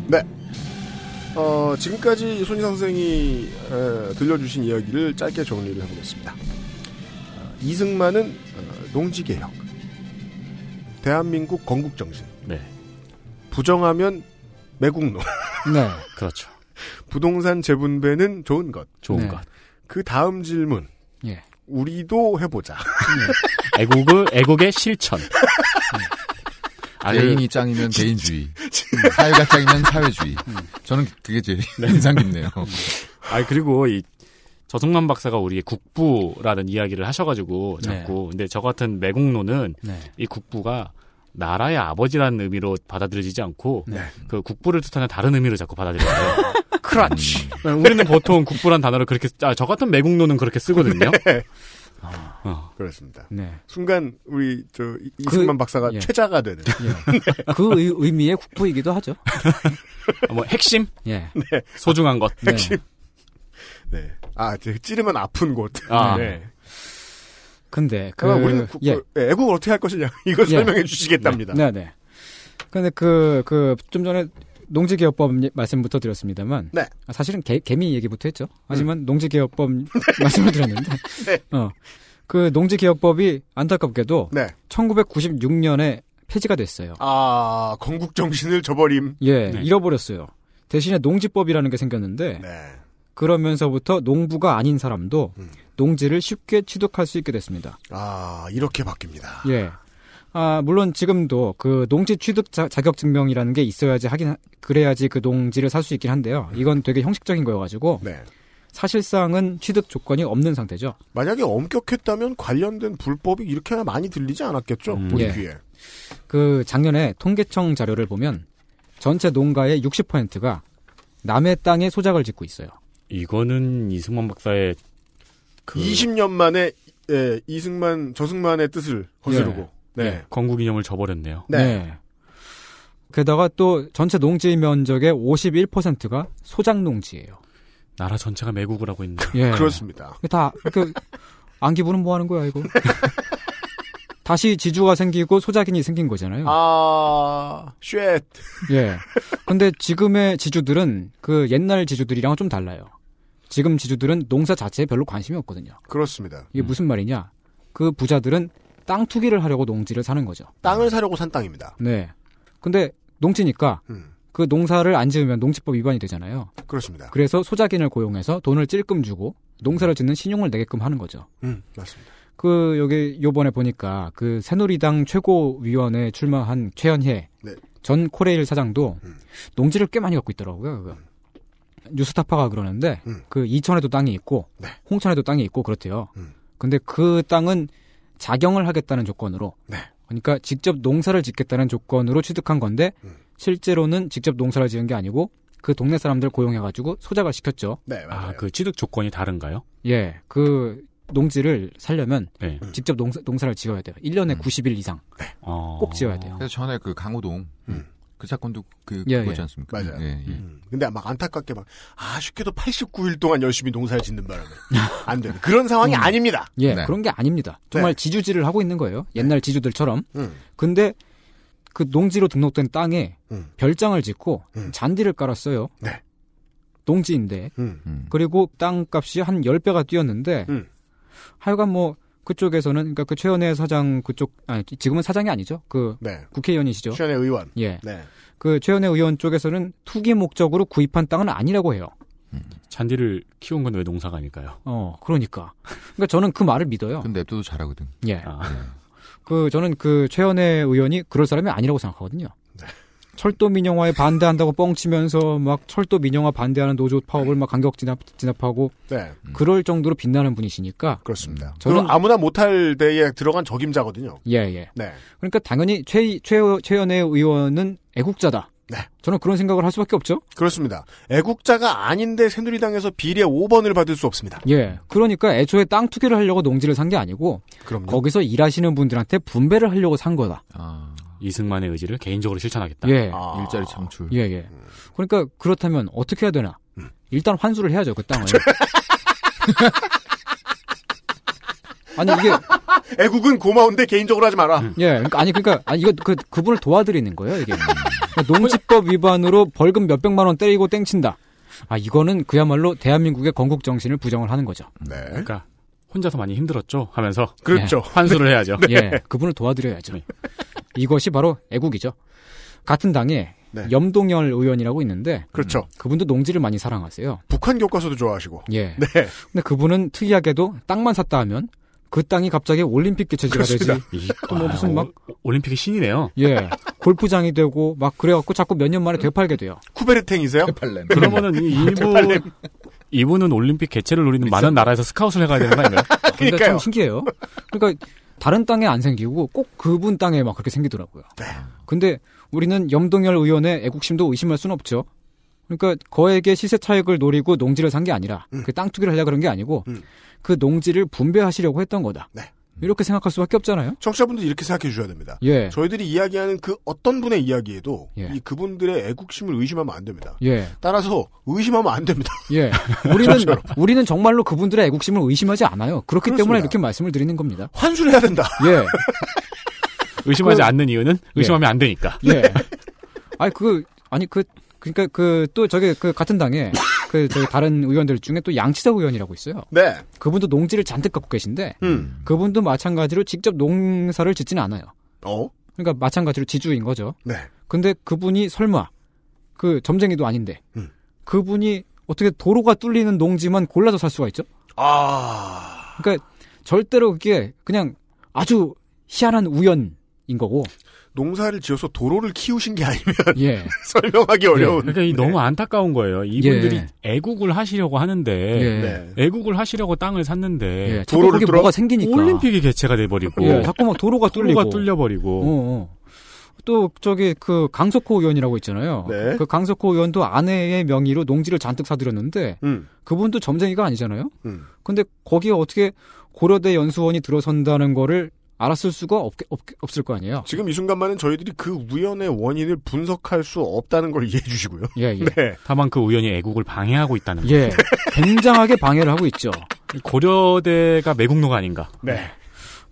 네. 어, 지금까지 손희상 선생이 에, 들려주신 이야기를 짧게 정리를 해보겠습니다. 어, 이승만은 어, 농지개혁, 대한민국 건국정신,
네.
부정하면 매국노,
네.
그렇죠.
부동산 재분배는 좋은 것.
좋은
네.
것.
그 다음 질문.
예.
우리도 해보자.
애국을 애국의 실천. 음. 아, 그-
개인이 짱이면 개인주의. 음, 사회가 짱이면 사회주의. 저는 그게 제일 인상 깊네요.
아 그리고 이 저승만 박사가 우리의 국부라는 이야기를 하셔가지고 자꾸 근데 저 같은 매국노는
네.
이 국부가 나라의 아버지라는 의미로 받아들여지지 않고
네.
그 국부를 뜻하는 다른 의미로 자꾸 받아들여요. 크런치. 우리는 보통 국부란 단어를 그렇게 쓰- 아, 저 같은 매국노는 그렇게 쓰거든요. 어.
그렇습니다.
네.
순간 우리 저 이- 이승만 박사가
예.
최자가 되는.
그 의, 의미의 국부이기도 하죠.
아, 뭐 핵심
예.
소중한 것.
네.
네. 아 이제 찌르면 아픈 곳.
아.
네.
근데 그
그러면 우리는 국,
예.
예, 애국을 어떻게 할 것이냐 이걸
예.
설명해 주시겠답니다.
네, 네. 근데 그 그 좀 전에 농지개혁법 예- 말씀부터 드렸습니다만
네. 음.
아, 사실은 개, 개미 얘기부터 했죠. 하지만 농지개혁법 말씀을 드렸는데 어. 그 농지개혁법이 안타깝게도
네.
1996년에 폐지가 됐어요.
아 건국 정신을 저버림.
예,
네.
잃어버렸어요. 대신에 농지법이라는 게 생겼는데
네.
그러면서부터 농부가 아닌 사람도
음.
농지를 쉽게 취득할 수 있게 됐습니다.
아 이렇게 바뀝니다.
예. 아, 물론 지금도 그 농지 취득 자, 격증명이라는게 있어야지 하긴 하- 그래야지 그 농지를 살 수 있긴 한데요. 이건 되게 형식적인 거여 가지고
네.
사실상은 취득 조건이 없는 상태죠.
만약에 엄격했다면 관련된 불법이 이렇게 많이 들리지 않았겠죠.
음.
우리
예.
귀에.
그 작년에 통계청 자료를 보면 전체 농가의 60%가 남의 땅에 소작을 짓고 있어요.
이거는 이승만 박사의 그
20년 만에 예, 이승만 저승만의 뜻을 거스르고.
예.
네.
건국 이념을 저버렸네요.
네.
게다가 또 전체 농지 면적의 51%가 소작 농지예요.
나라 전체가 매국을 하고 있는.
예.
그렇습니다.
다그 안기부는 뭐 하는 거야 이거? 다시 지주가 생기고 소작인이 생긴 거잖아요.
아, 쉣.
예. 근데 지금의 지주들은 그 옛날 지주들이랑은 좀 달라요. 지금 지주들은 농사 자체에 별로 관심이 없거든요.
그렇습니다.
이게 무슨 말이냐? 그 부자들은 땅 투기를 하려고 농지를 사는 거죠.
땅을 사려고 산 땅입니다.
네. 근데 농지니까
음,
그 농사를 안 지으면 농지법 위반이 되잖아요.
그렇습니다.
그래서 소작인을 고용해서 돈을 찔끔 주고 농사를 짓는 신용을 내게끔 하는 거죠.
음, 맞습니다.
그 여기 요번에 보니까 그 새누리당 최고위원에 출마한 최현혜
네.
전 코레일 사장도
음.
농지를 꽤 많이 갖고 있더라고요. 그거. 뉴스타파가 그러는데
음.
그 이천에도 땅이 있고
네.
홍천에도 땅이 있고 그렇대요.
음.
근데 그 땅은 작용을 하겠다는 조건으로
네.
그러니까 직접 농사를 짓겠다는 조건으로 취득한 건데
음.
실제로는 직접 농사를 지은 게 아니고 그 동네 사람들 고용해가지고 소작을 시켰죠.
네, 맞아요.
아, 그 취득 조건이 다른가요?
예, 그 농지를 살려면
네.
직접 농사, 농사를 지어야 돼요. 1년에
음.
90일 이상.
어.
꼭 지어야 돼요.
그래서 전에 그 강호동
음.
그 사건도 그
예,
그거지
예.
않습니까?
맞아요.
예, 예.
음, 근데 막 안타깝게 막 아쉽게도 89일 동안 열심히 농사를 짓는 바람에 안 되는 그런 상황이 아닙니다.
예,
네.
그런 게 아닙니다. 정말
네.
지주질을 하고 있는 거예요. 옛날 지주들처럼.
음,
근데 그 농지로 등록된 땅에
음.
별장을 짓고
음.
잔디를 깔았어요.
네.
농지인데.
음.
음.
그리고 땅값이 한 10배가 뛰었는데
음.
하여간 뭐 그쪽에서는 그러니까 그 최연애 사장 그쪽 아니 지금은 사장이 아니죠. 그
네,
국회의원이시죠.
최현의 의원.
예.
네,
그 최연애 의원 쪽에서는 투기 목적으로 구입한 땅은 아니라고 해요.
잔디를 키운 건 왜 농사가 아닐까요?
어, 그러니까. 그러니까 저는 그 말을 믿어요.
근데 냅둬도 잘하거든.
예.
아,
그 저는 그 최연애 의원이 그럴 사람이 아니라고 생각하거든요. 철도 민영화에 반대한다고 뻥치면서 막 철도 민영화 반대하는 노조 파업을 막 강력 진압, 진압하고
네.
그럴 정도로 빛나는 분이시니까
그렇습니다.
저는
저는 아무나 못할 데에 들어간 적임자거든요.
예, 예.
네.
그러니까 당연히 최, 최, 최연애 의원은 애국자다.
네.
저는 그런 생각을 할 수밖에 없죠.
그렇습니다. 애국자가 아닌데 새누리당에서 비례 5번을 받을 수 없습니다.
예. 그러니까 애초에 땅 투기를 하려고 농지를 산 게 아니고
그럼요.
거기서 일하시는 분들한테 분배를 하려고 산 거다.
이승만의 의지를 개인적으로 실천하겠다.
예.
아.
일자리 창출.
예, 예.
음.
그러니까 그렇다면 어떻게 해야 되나? 일단 환수를 해야죠, 그 땅을. 아니 이게
애국은 고마운데 개인적으로 하지 마라.
예, 그러니까 아니 그러니까 아니 이거 그 그분을 도와드리는 거예요,
음.
이게. 그러니까 농지법 위반으로 벌금 몇 백만 원 때리고 땡친다. 아, 이거는 그야말로 대한민국의 건국 정신을 부정을 하는 거죠.
네.
그러니까 혼자서 많이 힘들었죠 하면서
그렇죠.
예, 환수를 해야죠.
네.
예, 그분을 도와드려야죠. 이것이 바로 애국이죠. 같은 당에
네.
염동열 의원이라고 있는데
그렇죠.
그분도 농지를 많이 사랑하세요.
북한 교과서도 좋아하시고.
예.
네.
근데 그분은 특이하게도 땅만 샀다 하면 그 땅이 갑자기 올림픽 개최지가 되지.
그렇습니다.
이-
또뭐
아,
무슨 막-
오- 올림픽의 신이네요.
예. 골프장이 되고 막 그래갖고 자꾸 몇 년 만에 되팔게 돼요.
쿠베르탱이세요?
팔렘.
네.
그러면은 이- 이분 이분은 올림픽 개최를 노리는 많은 나라에서 스카웃을 해가야 되는 거 아닌가요?
근데
그러니까요.
참 신기해요. 그러니까 다른 땅에 안 생기고 꼭 그분 땅에 막 그렇게 생기더라고요.
네.
근데 우리는 염동열 의원의 애국심도 의심할 수는 없죠. 그러니까 거액의 시세 차익을 노리고 농지를 산 게 아니라 그 땅 투기를 하려 그런 게 아니고
음.
그 농지를 분배하시려고 했던 거다.
네.
이렇게 생각할 수밖에 없잖아요.
청취자분들 이렇게 생각해 주셔야 됩니다.
예.
저희들이 이야기하는 그 어떤 분의 이야기에도
예.
이 그분들의 애국심을 의심하면 안 됩니다.
예.
따라서 의심하면 안 됩니다.
예. 우리는 우리는 정말로 그분들의 애국심을 의심하지 않아요. 그렇기
그렇습니다.
때문에 이렇게 말씀을 드리는 겁니다.
환수를 해야 된다.
예.
의심하지
그건- 네.
않는 이유는 의심하면 안 되니까.
예. 아니 그 아니 그 그러니까 그 또 저게 그 같은 당에 그 저기 다른 의원들 중에 또 양치석 의원이라고 있어요.
네.
그분도 농지를 잔뜩 갖고 계신데
음.
그분도 마찬가지로 직접 농사를 짓지는 않아요.
어?
그러니까 마찬가지로 지주인 거죠.
네.
근데 그분이 설마 그 점쟁이도 아닌데
음.
그분이 어떻게 도로가 뚫리는 농지만 골라서 살 수가 있죠?
아.
그러니까 절대로 그게 그냥 아주 희한한 우연인 거고.
농사를 지어서 도로를 키우신 게 아니면
예.
설명하기 어려운. 네.
그러니까 이 너무 안타까운 거예요. 이분들이
네. 예.
애국을 하시려고 하는데
예.
네.
애국을 하시려고 땅을 샀는데
예. 자꾸
도로를
그게
뚫어?
뭐가 생기니까.
올림픽이 개최가 돼버리고
예, 자꾸 막 도로가 뚫리고.
도로가 뚫려버리고
어, 어. 또 저기 그 강석호 의원이라고 있잖아요.
네.
그 강석호 의원도 아내의 명의로 농지를 잔뜩 사들였는데
음.
그분도 점쟁이가 아니잖아요.
음.
근데 거기에 어떻게 고려대 연수원이 들어선다는 거를 알았을 수가 없, 없, 없을 거 아니에요.
지금 이 순간만은 저희들이 그 우연의 원인을 분석할 수 없다는 걸 이해해 주시고요.
예, 예.
네.
다만 그 우연히 애국을 방해하고 있다는 거예요.
예. 굉장하게 방해를 하고 있죠.
고려대가 매국노가 아닌가.
네.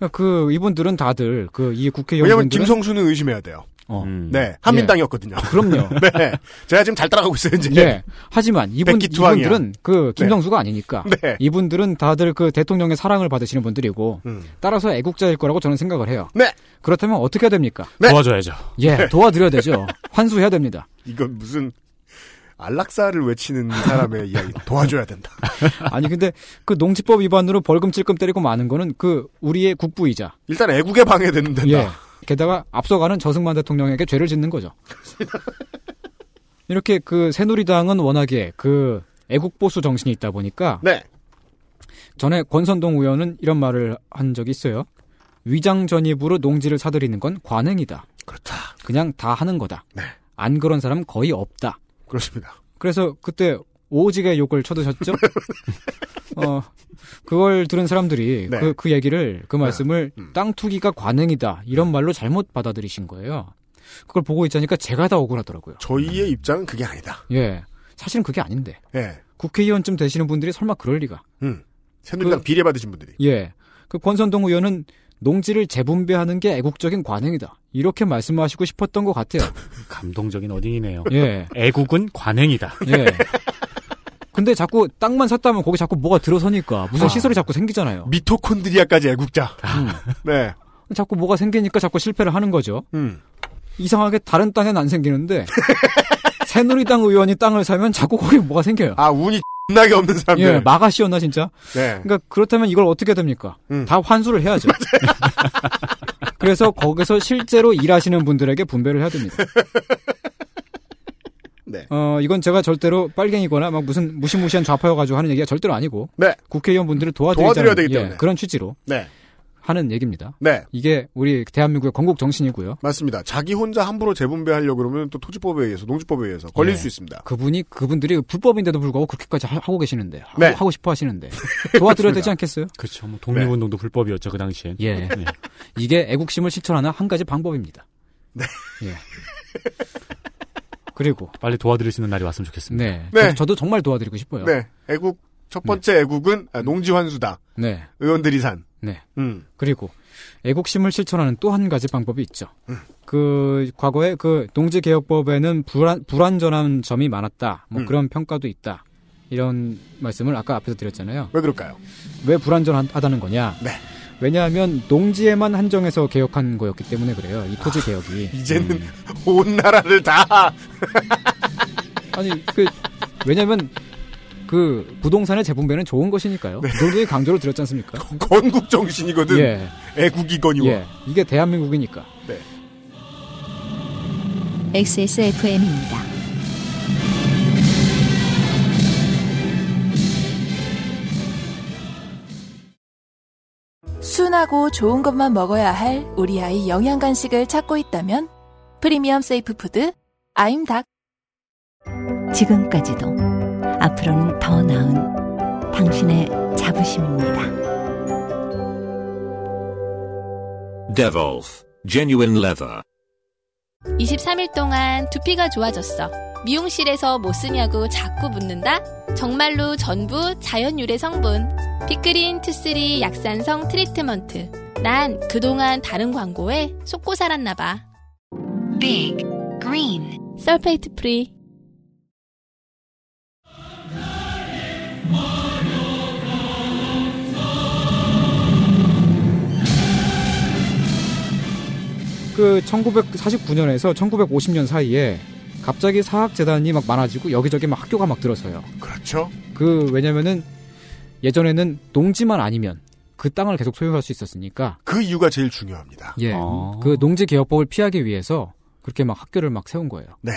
그러니까 그 이분들은 다들 그 이
왜냐면 하
국회의원들은
김성수는 의심해야 돼요.
어.
음.
네. 한민당이었거든요.
그럼요.
네. 제가 지금 잘 따라가고 있어요, 이제.
예. 하지만 이분
백기투항이야.
이분들은 그 김성수가 아니니까
네.
이분들은 다들 그 대통령의 사랑을 받으시는 분들이고
음.
따라서 애국자일 거라고 저는 생각을 해요.
네.
그렇다면 어떻게 해야 됩니까?
네.
도와줘야죠.
예, 도와드려야 되죠. 환수해야 됩니다.
이건 무슨 안락사를 외치는 사람의 이야기 도와줘야 된다.
아니 근데 그 농지법 위반으로 벌금 찔끔 때리고 마는 거는 그 우리의 국부이자
일단 애국에 방해된다.
예. 게다가 앞서가는 저승만 대통령에게 죄를 짓는 거죠. 이렇게 그 새누리당은 워낙에 그 애국 보수 정신이 있다 보니까
네.
전에 권선동 의원은 이런 말을 한 적이 있어요. 위장 전입으로 농지를 사들이는 건 관행이다.
그렇다.
그냥 다 하는 거다.
네.
안 그런 사람 거의 없다.
그렇습니다.
그래서 그때 오지게 욕을 쳐드셨죠? 어, 그걸 들은 사람들이
네.
그, 그 얘기를, 그 말씀을
음.
땅 투기가 관행이다. 이런 말로 잘못 받아들이신 거예요. 그걸 보고 있자니까 제가 다 억울하더라고요.
저희의 입장은 그게 아니다.
예. 사실은 그게 아닌데.
예.
국회의원쯤 되시는 분들이 설마 그럴 리가.
새누리당
그-
비례 받으신 분들이.
예. 그 권선동 의원은 농지를 재분배하는 게 애국적인 관행이다. 이렇게 말씀하시고 싶었던 것 같아요.
감동적인 어딩이네요.
예.
애국은 관행이다.
예. 근데 자꾸 땅만 샀다면 거기 자꾸 뭐가 들어서니까
아.
무슨 시설이 자꾸 생기잖아요.
미토콘드리아까지 애국자.
음.
네.
자꾸 뭐가 생기니까 자꾸 실패를 하는 거죠.
음.
이상하게 다른 땅엔 안 생기는데 새누리당 의원이 땅을 사면 자꾸 거기 뭐가 생겨요.
아, 운이 나게 없는 사람들.
예, 마가시였나 진짜.
네.
그러니까 그렇다면 이걸 어떻게 해야 됩니까?
음.
다 환수를 해야죠. 그래서 거기서 실제로 일하시는 분들에게 분배를 해야 됩니다.
네.
어, 이건 제가 절대로 빨갱이거나 막 무슨 무시무시한 좌파여가지고 하는 얘기가 절대로 아니고.
네.
국회의원분들을 도와드리자.
도와드려야 되기 때문에.
그런 취지로.
네.
하는 얘기입니다.
네.
이게 우리 대한민국의 건국 정신이고요.
맞습니다. 자기 혼자 함부로 재분배하려고 그러면 또 토지법에 의해서 농지법에 의해서 걸릴
예.
수 있습니다.
그분이 그분들이 불법인데도 불구하고 그렇게까지 하- 하고 계시는데 하고,
네.
하고 싶어 하시는데 도와드려야 되지 않겠어요?
그렇죠. 뭐 독립운동도 불법이었죠 그 당시엔.
예. 이게 애국심을 실천하는 한 가지 방법입니다.
네.
예. 그리고
빨리 도와드릴 수 있는 날이 왔으면 좋겠습니다.
네.
네.
저, 도 정말 도와드리고 싶어요.
네. 애국 첫 번째 애국은 아, 농지환수다.
네.
의원들이 산.
네.
음.
그리고 애국심을 실천하는 또 한 가지 방법이 있죠.
음.
그 과거에 그 농지 개혁법에는 불안 불완전한 점이 많았다. 뭐
음.
그런 평가도 있다. 이런 말씀을 아까 앞에서 드렸잖아요.
왜 그럴까요?
왜 불완전하다는 거냐?
네.
왜냐하면 농지에만 한정해서 개혁한 거였기 때문에 그래요. 이
아.
토지 개혁이.
이제는 온 나라를 다
아니 그 왜냐하면 그 부동산의 재분배는 좋은 것이니까요. 굉장히 강조로 드렸지 않습니까?
건국 네. 정신이거든.
예.
애국이거니와.
예. 이게 대한민국이니까.
네.
XSFM입니다.
순하고 좋은 것만 먹어야 할 우리 아이 영양 간식을 찾고 있다면 프리미엄 세이프 푸드 아임닭
지금까지도 앞으로는 더 나은 당신의 자부심입니다.
Devolf. Genuine leather.
23일 동안 두피가 좋아졌어. 미용실에서 뭐 쓰냐고 자꾸 묻는다? 정말로 전부 자연 유래 성분. 피크린 투쓰리 약산성 트리트먼트. 난 그동안 다른 광고에 속고 살았나봐.
Big Green
설페이트 프리.
그 1949년에서 1950년 사이에 갑자기 사학 재단이 막 많아지고 여기저기 막 학교가 막 들어서요.
그렇죠.
그 왜냐면은 예전에는 농지만 아니면 그 땅을 계속 소유할 수 있었으니까
그 이유가 제일 중요합니다.
예. 그 농지 개혁법을 피하기 위해서 그렇게 막 학교를 막 세운 거예요.
네.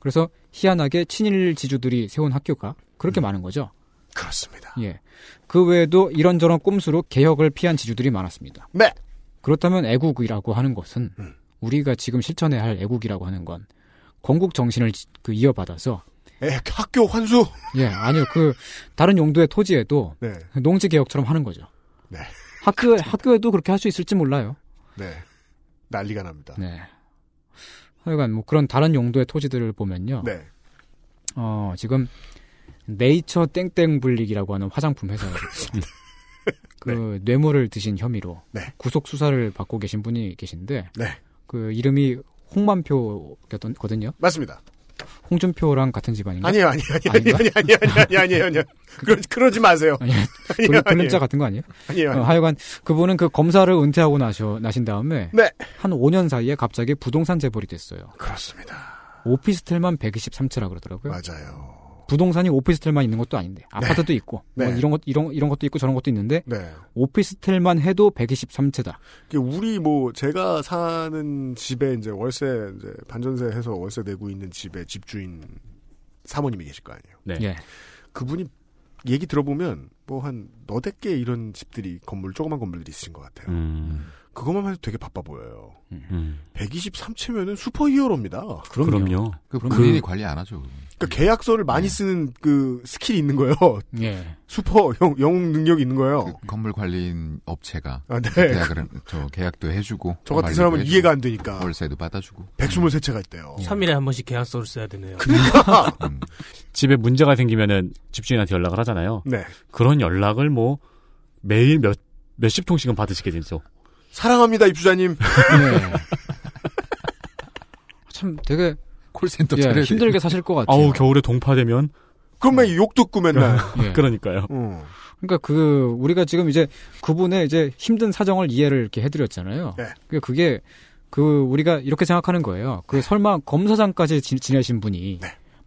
그래서 희한하게 친일 지주들이 세운 학교가 그렇게 많은 거죠.
그렇습니다.
예. 그 외에도 이런저런 꼼수로 개혁을 피한 지주들이 많았습니다.
네.
그렇다면 애국이라고 하는 것은 우리가 지금 실천해야 할 애국이라고 하는 건 건국 정신을 지- 그 이어받아서
에, 예, 학교 환수.
예, 아니요. 그 다른 용도의 토지에도
네.
농지 개혁처럼 하는 거죠.
네.
학교 학교에도 그렇게 할 수 있을지 몰라요.
네. 난리가 납니다.
네. 하여간 뭐 그런 다른 용도의 토지들을 보면요.
네.
어, 지금 네이처 땡땡 불릭이라고 하는 화장품 회사에서
네.
그 뇌물을 드신 혐의로 구속 수사를 받고 계신 분이 계신데
네.
그 이름이 홍만표거든요.
맞습니다.
홍준표랑 같은 집안인가?
아니에요, 아니에요, 아니에요, 아니에요, 아니에요, 아니에요, 아니에요, 아니에요. 그러, 그러지 마세요.
아니에요,
아니에요.
돌, 돌림자 같은 거 아니에요?
아니에요, 아니에요.
어, 하여간 그분은 그 검사를 은퇴하고 나셔 나신 다음에
네.
한 5년 사이에 갑자기 부동산 재벌이 됐어요.
그렇습니다.
오피스텔만 123채라 그러더라고요.
맞아요.
부동산이 오피스텔만 있는
네.
것도 아닌데 아파트도 있고 뭐
네.
이런 것 이런 이런 것도 있고 저런 것도 있는데
네.
오피스텔만 해도 123채다.
이게 우리 뭐 제가 사는 집에 이제 월세 이제 반전세 해서 월세 내고 있는 집에 집주인 사모님이 계실 거 아니에요.
네.
예.
그분이 얘기 들어보면 뭐 한 너댓 개 이런 집들이 건물 조그만 건물들이 있으신 것
음.
같아요.
음.
그것만 해도 되게 바빠 보여요. 123채면은 슈퍼 히어로입니다.
그럼요.
그
그럼요.
본인이 관리 안 하죠.
그러니까 계약서를 많이
네.
쓰는 그 스킬이 있는 거예요.
예.
슈퍼 영, 영웅 능력이 있는 거예요.
그 건물 관리인 업체가
아, 어. 네.
계약을 저 계약도 해주고
저 같은
관리도
사람은
그 해주고,
이해가 안 되니까.
월세도 받아주고
123채가 있대요.
음.
3일에 한 번씩 계약서를 써야 되네요.
그-
집에 문제가 생기면은 집주인한테 연락을 하잖아요.
네.
그런 연락을 뭐 매일 몇 몇십 통씩은 받으시게 되죠.
사랑합니다, 입주자님.
참 되게 예,
콜센터
차려야 돼.
힘들게 사실 것 같아요. 그렇죠.
아우 겨울에 동파되면
그러면 욕 듣고 맨날.
예.
그러니까요.
어.
그러니까 그 우리가 지금 이제 그분의 이제 힘든 사정을 이해를 이렇게 해드렸잖아요. 그러니까
네.
그게 그게 그 우리가 이렇게 생각하는 거예요.
네.
그 설마 검사장까지 지, 지내신 분이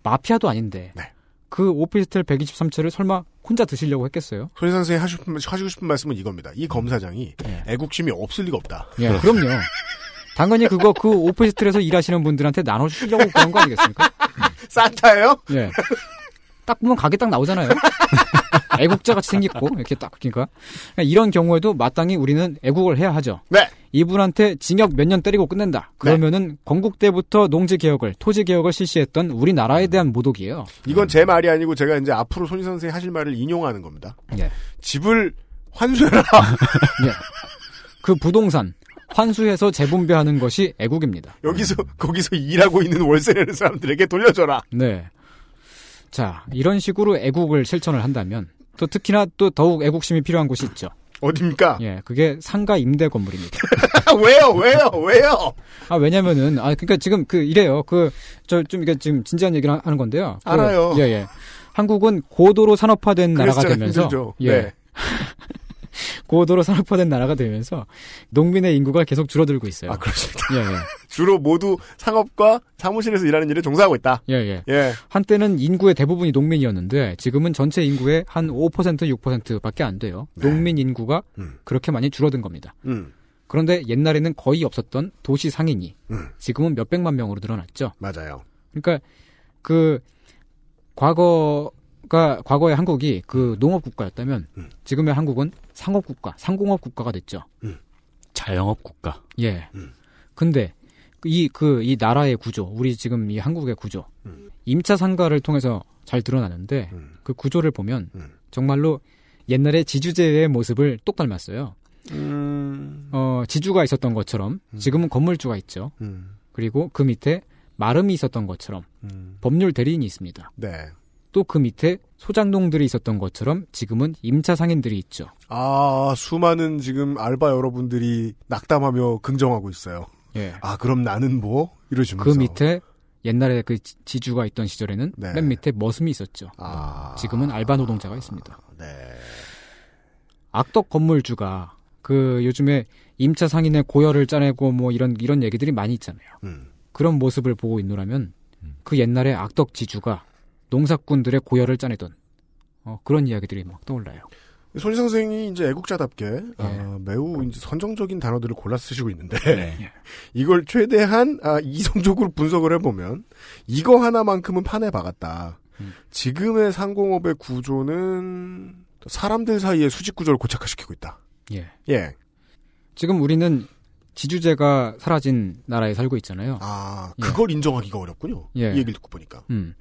마피아도 아닌데
네.
그 오피스텔 123채를 설마 혼자 드시려고 했겠어요?
손희상 선생이
네.
하시고 싶은, 하시고 싶은 말씀은 이겁니다. 이 검사장이 애국심이 없을 리가 없다.
예, 그럼요. 당연히 그거 그 오피스텔에서 일하시는 분들한테 나눠주시려고 그런 거 아니겠습니까?
산타예요?
예. 딱 보면 가게 딱 나오잖아요. 애국자 같이 생겼고 이렇게 딱 그러니까 그냥 이런 경우에도 마땅히 우리는 애국을 해야 하죠.
네.
이분한테 징역 몇 년 때리고 끝낸다. 그러면은 건국 때부터 농지 개혁을 토지 개혁을 실시했던 우리나라에 대한 모독이에요.
이건 제 말이 아니고 제가 이제 앞으로 손희 선생이 하실 말을 인용하는 겁니다.
예.
집을 환수해라.
예. 그 부동산 환수해서 재분배하는 것이 애국입니다.
여기서 거기서 일하고 있는 월세 내는 사람들에게 돌려줘라.
네. 자, 이런 식으로 애국을 실천을 한다면 또 특히나 또 더욱 애국심이 필요한 곳이 있죠.
어딥니까?
예, 그게 상가 임대 건물입니다. 예.
왜요? 왜요? 왜요?
아, 왜냐면은 아 그러니까 지금 그 이래요. 그 저 좀 이게 지금 진지한 얘기를 하- 하는 건데요. 그,
알아요.
예, 예. 한국은 고도로 산업화된
그래서
나라가
제가
되면서
힘들죠.
예.
네.
고도로 산업화된 나라가 되면서 농민의 인구가 계속 줄어들고 있어요.
아, 그렇습니다.
예, 예.
주로 모두 상업과 사무실에서 일하는 일에 종사하고 있다.
예, 예.
예.
한때는 인구의 대부분이 농민이었는데 지금은 전체 인구의 한 5%, 6%밖에 안 돼요. 농민 인구가 그렇게 많이 줄어든 겁니다.
네. 음.
그런데 옛날에는 거의 없었던 도시 상인이
음.
지금은 몇백만 명으로 늘어났죠.
맞아요.
그러니까 그 과거가 과거의 한국이 그 농업 국가였다면
음.
지금의 한국은 상업 국가, 상공업 국가가 됐죠.
자영업 국가.
예. 근데 이 그 이 나라의 구조, 우리 지금 이 한국의 구조, 임차 상가를 통해서 잘 드러나는데 그 구조를 보면 정말로 옛날에 지주제의 모습을 똑 닮았어요.
음.
어, 지주가 있었던 것처럼 지금은 건물주가 있죠.
음.
그리고 그 밑에 마름이 있었던 것처럼 법률 대리인이 있습니다.
네.
또 그 밑에 소장농들이 있었던 것처럼 지금은 임차 상인들이 있죠.
아, 수많은 지금 알바 여러분들이 낙담하며 긍정하고 있어요.
예.
아, 그럼 나는 뭐? 이러시면서.
그 밑에 옛날에 그 지- 지주가 있던 시절에는 맨 밑에 머슴이 있었죠.
아,
지금은 알바 노동자가 있습니다.
네.
악덕 건물주가 그 요즘에 임차 상인의 고열을 짜내고 뭐 이런 이런 얘기들이 많이 있잖아요.
음.
그런 모습을 보고 있노라면 그 옛날에 악덕 지주가 농사꾼들의 고열을 짜내던 어, 그런 이야기들이 막 떠올라요.
손희 선생이 이제 애국자답게
예.
아, 매우 이제 선정적인 단어들을 골라 쓰시고 있는데
네.
이걸 최대한 아, 이성적으로 분석을 해보면 이거 하나만큼은 판에 박았다.
음.
지금의 상공업의 구조는 사람들 사이의 수직 구조를 고착화시키고 있다.
예.
예.
지금 우리는 지주제가 사라진 나라에 살고 있잖아요.
아, 그걸 인정하기가 어렵군요.
예.
이 얘기를 듣고 보니까.
음.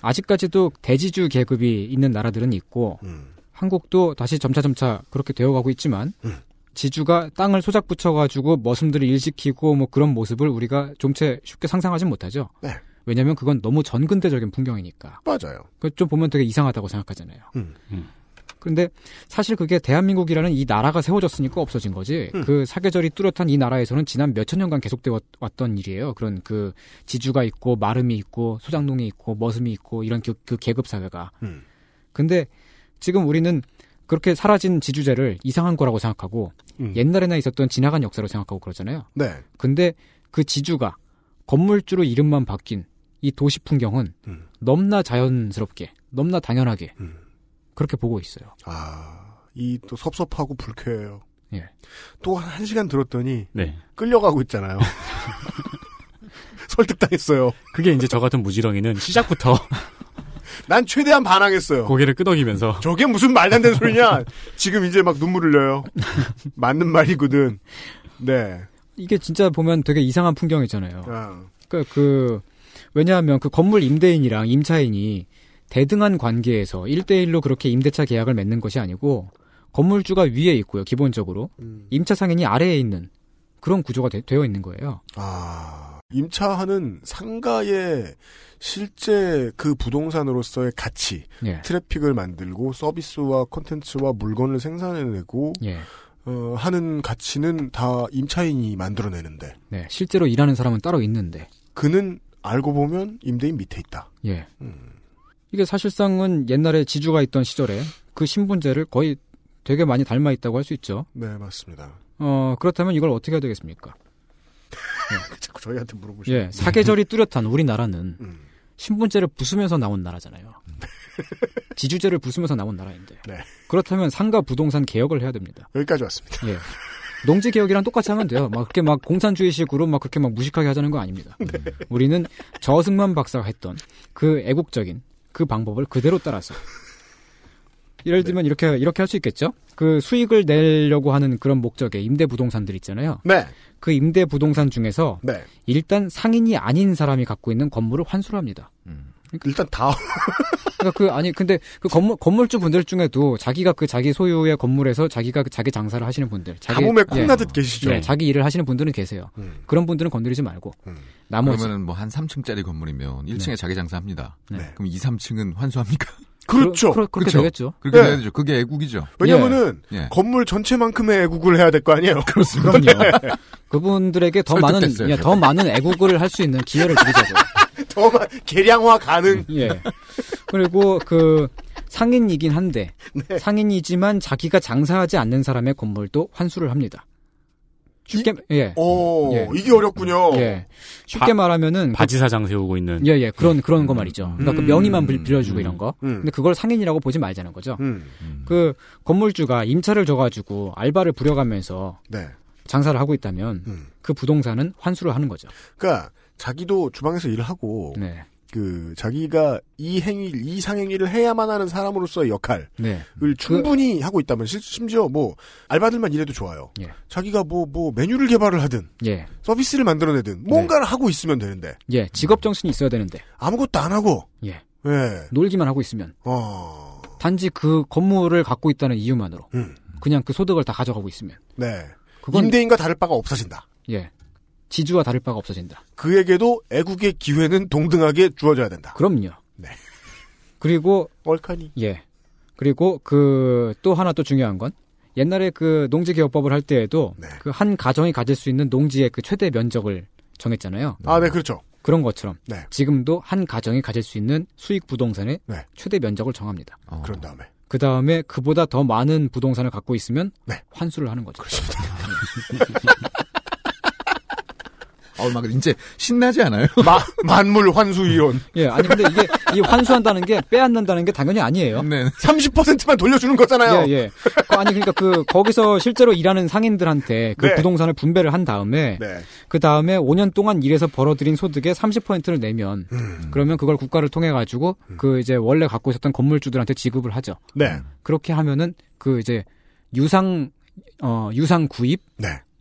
아직까지도 대지주 계급이 있는 나라들은 있고
음.
한국도 다시 점차점차 그렇게 되어가고 있지만
음.
지주가 땅을 소작붙여가지고 머슴들을 일시키고 뭐 그런 모습을 우리가 좀채 쉽게 상상하진 못하죠.
네.
왜냐하면 그건 너무 전근대적인 풍경이니까.
맞아요.
그 좀 보면 되게 이상하다고 생각하잖아요.
음.
그런데 사실 그게 대한민국이라는 이 나라가 세워졌으니까 없어진 거지.
음.
그 사계절이 뚜렷한 이 나라에서는 지난 몇천 년간 계속되어 왔던 일이에요. 그런 그 지주가 있고 마름이 있고 소장농이 있고 머슴이 있고 이런 그, 그 계급 사회가.
음.
근데 지금 우리는 그렇게 사라진 지주제를 이상한 거라고 생각하고
음. 예.
옛날에나 있었던 지나간 역사로 생각하고 그러잖아요.
네.
근데 그 지주가 건물주로 이름만 바뀐 이 도시 풍경은 넘나 자연스럽게, 넘나 당연하게 그렇게 보고 있어요.
아, 이 또 섭섭하고 불쾌해요.
예.
또한 한 시간 들었더니
네.
끌려가고 있잖아요. 설득당했어요.
그게 이제 저 같은 무지렁이는 시작부터
난 최대한 반항했어요.
고개를 끄덕이면서
저게 무슨 말도 안 되는 소리냐? 지금 이제 막 눈물 흘려요. 맞는 말이거든. 네.
이게 진짜 보면 되게 이상한 풍경이잖아요.
아.
그러니까 그 왜냐하면 그 건물 임대인이랑 임차인이 대등한 관계에서 일대일로 그렇게 임대차 계약을 맺는 것이 아니고 건물주가 위에 있고요. 기본적으로 임차 상인이 아래에 있는 그런 구조가 되, 어 있는 거예요.
아, 임차하는 상가의 실제 그 부동산으로서의 가치,
예.
트래픽을 만들고 서비스와 콘텐츠와 물건을 생산해내고
예.
어, 하는 가치는 다 임차인이 만들어내는데
네, 실제로 일하는 사람은 따로 있는데.
그는 알고 보면 임대인 밑에 있다.
예. 이게 사실상은 옛날에 지주가 있던 시절에 그 신분제를 거의 되게 많이 닮아 있다고 할 수 있죠.
네, 맞습니다.
어, 그렇다면 이걸 어떻게 해야 되겠습니까?
자꾸 저희한테 물어보시죠.
예, 사계절이 뚜렷한 우리나라는 신분제를 부수면서 나온 나라잖아요. 지주제를 부수면서 나온 나라인데.
네.
그렇다면 상가 부동산 개혁을 해야 됩니다.
여기까지 왔습니다.
예. 농지 개혁이랑 똑같이 하면 돼요. 막 그렇게 막 공산주의식으로 막 그렇게 막 무식하게 하자는 거 아닙니다. 우리는 저승만 박사가 했던 그 애국적인 그 방법을 그대로 따라서 예를 들면 이렇게 이렇게 할 수 있겠죠. 그 수익을 내려고 하는 그런 목적의 임대 부동산들 있잖아요.
네.
그 임대 부동산 중에서
네.
일단 상인이 아닌 사람이 갖고 있는 건물을 환수를 합니다.
일단 다.
그러니까 그 아니 근데 그 건물 건물주 분들 중에도 자기가 그 자기 소유의 건물에서 자기가 그 자기 장사를 하시는 분들, 자기
가뭄에
예.
콩나듯 계시죠.
예, 자기 일을 하시는 분들은 계세요.
음.
그런 분들은 건드리지 말고 나머지
그러면은 뭐 한 3층짜리 건물이면 1층에
네.
자기 장사합니다.
네.
그럼 2, 3층은 환수합니까?
그렇죠.
그러- 그렇게
그쵸?
되겠죠.
그렇게
네.
해야 되죠. 그게 애국이죠.
왜냐면은
예.
건물 전체만큼의 애국을 해야 될 거 아니에요.
그렇습니다.
그분들에게 더 많은
설득됐어요,
예, 더 많은 애국을 할 수 있는 기회를 드리자고.
더 많- 계량화 가능.
예. 그리고 그 상인이긴 한데
네.
상인이지만 자기가 장사하지 않는 사람의 건물도 환수를 합니다. 쉽게 예.
오,
예.
이게 어렵군요.
예. 쉽게
바-
말하면은 그-
바지사장 세우고 있는
예, 예, 그런, 그런 거 말이죠. 그러니까 그
음.
명의만 빌- 빌려주고 이런 거.
음.
근데 그걸 상인이라고 보지 말자는 거죠.
음.
그 건물주가 임차를 줘가지고 알바를 부려가면서
네. 음.
장사를 하고 있다면 그 부동산은 환수를 하는 거죠. 네.
그러니까 자기도 주방에서 일을 하고 그 자기가 이 행위, 이 상행위를 해야만 하는 사람으로서의 역할을
네.
충분히 하고 있다면 실- 심지어 뭐 알바들만 일해도 좋아요.
예.
자기가 뭐 뭐 메뉴를 개발을 하든
예.
서비스를 만들어내든
네.
뭔가를 하고 있으면 되는데
예. 직업 정신이 있어야 되는데.
아무것도 안 하고
예.
예.
놀기만 하고 있으면.
어.
단지 그 건물을 갖고 있다는 이유만으로.
음.
그냥 그 소득을 다 가져가고 있으면.
네.
그건-
임대인과 다를 바가 없어진다.
예. 지주와 다를 바가 없어진다.
그에게도 애국의 기회는 동등하게 주어져야 된다.
그럼요.
네.
그리고
월카니.
예. 그리고 그 또 하나 또 중요한 건 옛날에 그 농지 개혁법을 할 때에도
네.
그 한 가정이 가질 수 있는 농지의 그 최대 면적을 정했잖아요.
아, 네, 그렇죠.
그런 것처럼
네.
지금도 한 가정이 가질 수 있는 수익 부동산의
네.
최대 면적을 정합니다.
그런 다음에
그 다음에 그보다 더 많은 부동산을 갖고 있으면
네.
환수를 하는 거죠.
아,
어, 막 이제 신나지 않아요?
만물 환수 이론.
예, 아니 근데 이게 이 환수한다는 게 빼앗는다는 게 당연히
네,
아니에요.
음. 30%만 돌려주는 거잖아요.
예, 예. 그, 아니 그러니까 그 거기서 실제로 일하는 상인들한테 그
네.
부동산을 분배를 한 다음에 그 다음에 5년 동안 일해서 벌어들인 소득의 30%를 내면
음.
그러면 그걸 국가를 통해 가지고 그 이제 원래 갖고 있었던 건물주들한테 지급을 하죠.
네.
그렇게 하면은 그 이제 유상 어 유상 구입,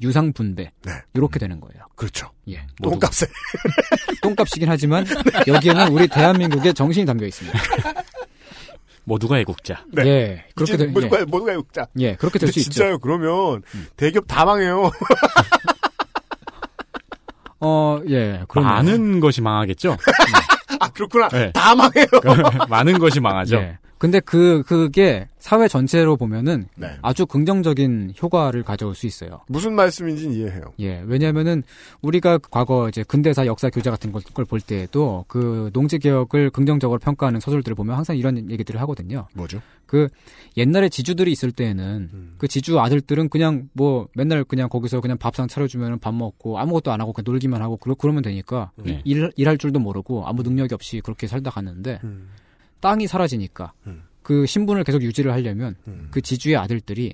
유상 분배 이렇게 되는 거예요.
네. 그렇죠.
예. 모두-
똥값에.
똥값이긴 하지만 여기에는 우리 대한민국의 정신이 담겨 있습니다.
모두가 뭐 애국자.
네.
예, 그렇게
이제
되-
모두가
예.
모두가 욕자.
예, 그렇게 될수 있죠.
진짜요. 그러면 대기업 다 망해요.
어, 예. 그럼
많은 것이 망하겠죠.
아 그렇구나.
네.
다 망해요.
많은 것이 망하죠.
예. 근데 그 그게 사회 전체로 보면은
네.
아주 긍정적인 효과를 가져올 수 있어요.
무슨 말씀인지 는 이해해요.
예, 왜냐면은 우리가 과거 이제 근대사 역사 교재 같은 걸 볼 때에도 그 농지 개혁을 긍정적으로 평가하는 소설들을 보면 항상 이런 얘기들을 하거든요.
뭐죠? 음.
그 옛날에 지주들이 있을 때에는 그 지주 아들들은 그냥 뭐 맨날 그냥 거기서 그냥 밥상 차려주면 밥 먹고 아무것도 안 하고 그냥 놀기만 하고 그러, 그러면 되니까
네.
일, 일할 줄도 모르고 아무 능력이 없이 그렇게 살다 갔는데
음.
땅이 사라지니까 그 신분을 계속 유지를 하려면
음.
그 지주의 아들들이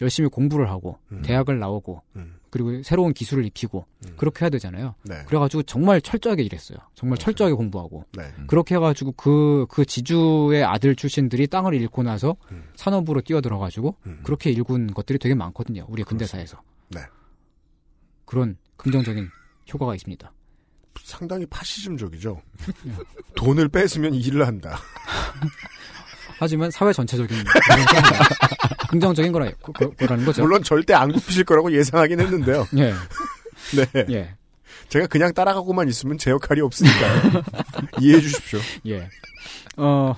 열심히 공부를 하고 대학을 나오고 그리고 새로운 기술을 익히고
음.
그렇게 해야 되잖아요.
네.
그래가지고 정말 철저하게 일했어요. 정말
그렇죠.
철저하게 공부하고
네.
그렇게 해가지고 그, 그 지주의 아들 출신들이 땅을 잃고 나서
음.
산업으로 뛰어들어가지고 그렇게 일군 것들이 되게 많거든요. 우리 근대사에서.
네.
그런 긍정적인 효과가 있습니다.
상당히 파시즘적이죠. 돈을 뺏으면 일을 한다.
하지만 사회 전체적인 긍정적인- 긍정적인 거라, 거- 거라는 거죠.
물론 절대 안 굽히실 거라고 예상하긴 했는데요.
예.
네.
예.
제가 그냥 따라가고만 있으면 제 역할이 없으니까요. 이해해 주십시오.
예. 어,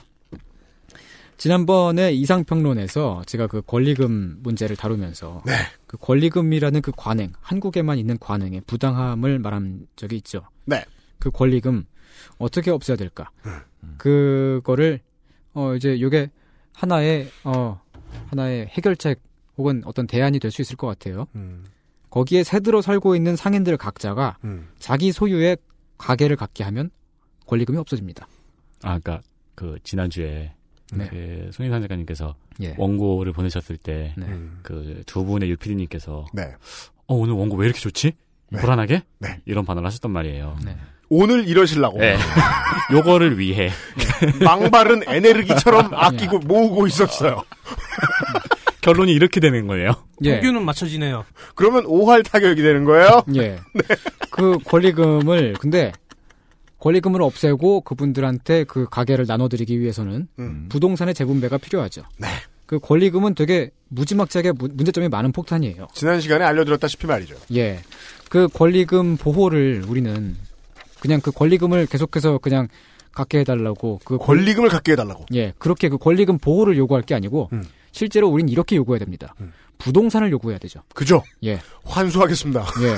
지난번에 이상평론에서 제가 그 권리금 문제를 다루면서 그 권리금이라는 그 관행, 한국에만 있는 관행의 부당함을 말한 적이 있죠.
네.
그 권리금 어떻게 없애야 될까? 그거를 어 이제 요게 하나의 어 하나의 해결책 혹은 어떤 대안이 될 수 있을 것 같아요. 거기에 새 들어 살고 있는 상인들 각자가
음.
자기 소유의 가게를 갖게 하면 권리금이 없어집니다.
아, 그니까, 그, 그러니까 지난주에
네.
그 손인상 작가님께서
예.
원고를 보내셨을 때 그 두
네.
분의 유피디님께서
네.
어, 오늘 원고 왜 이렇게 좋지?
네.
불안하게?
네.
이런 반응을 하셨단 말이에요.
오늘 이러실라고.
네. 요거를 위해
망발은 에네르기처럼 아끼고 모으고 있었어요.
결론이 이렇게 되는 거예요.
도규는 맞춰지네요.
그러면 5할 타격이 되는 거예요?
예. 그 권리금을 근데 권리금을 없애고 그분들한테 그 가게를 나눠드리기 위해서는 부동산의 재분배가 필요하죠.
음. 네.
그 권리금은 되게 무지막지하게 무- 문제점이 많은 폭탄이에요.
지난 시간에 알려드렸다시피 말이죠.
예. 그 권리금 보호를 우리는 그냥 그 권리금을 계속해서 그냥 갖게 해달라고 그 권-
권리금을 갖게 해달라고.
예 그렇게 그 권리금 보호를 요구할 게 아니고
음.
실제로 우린 이렇게 요구해야 됩니다. 부동산을 요구해야 되죠.
그죠?
예.
환수하겠습니다.
예.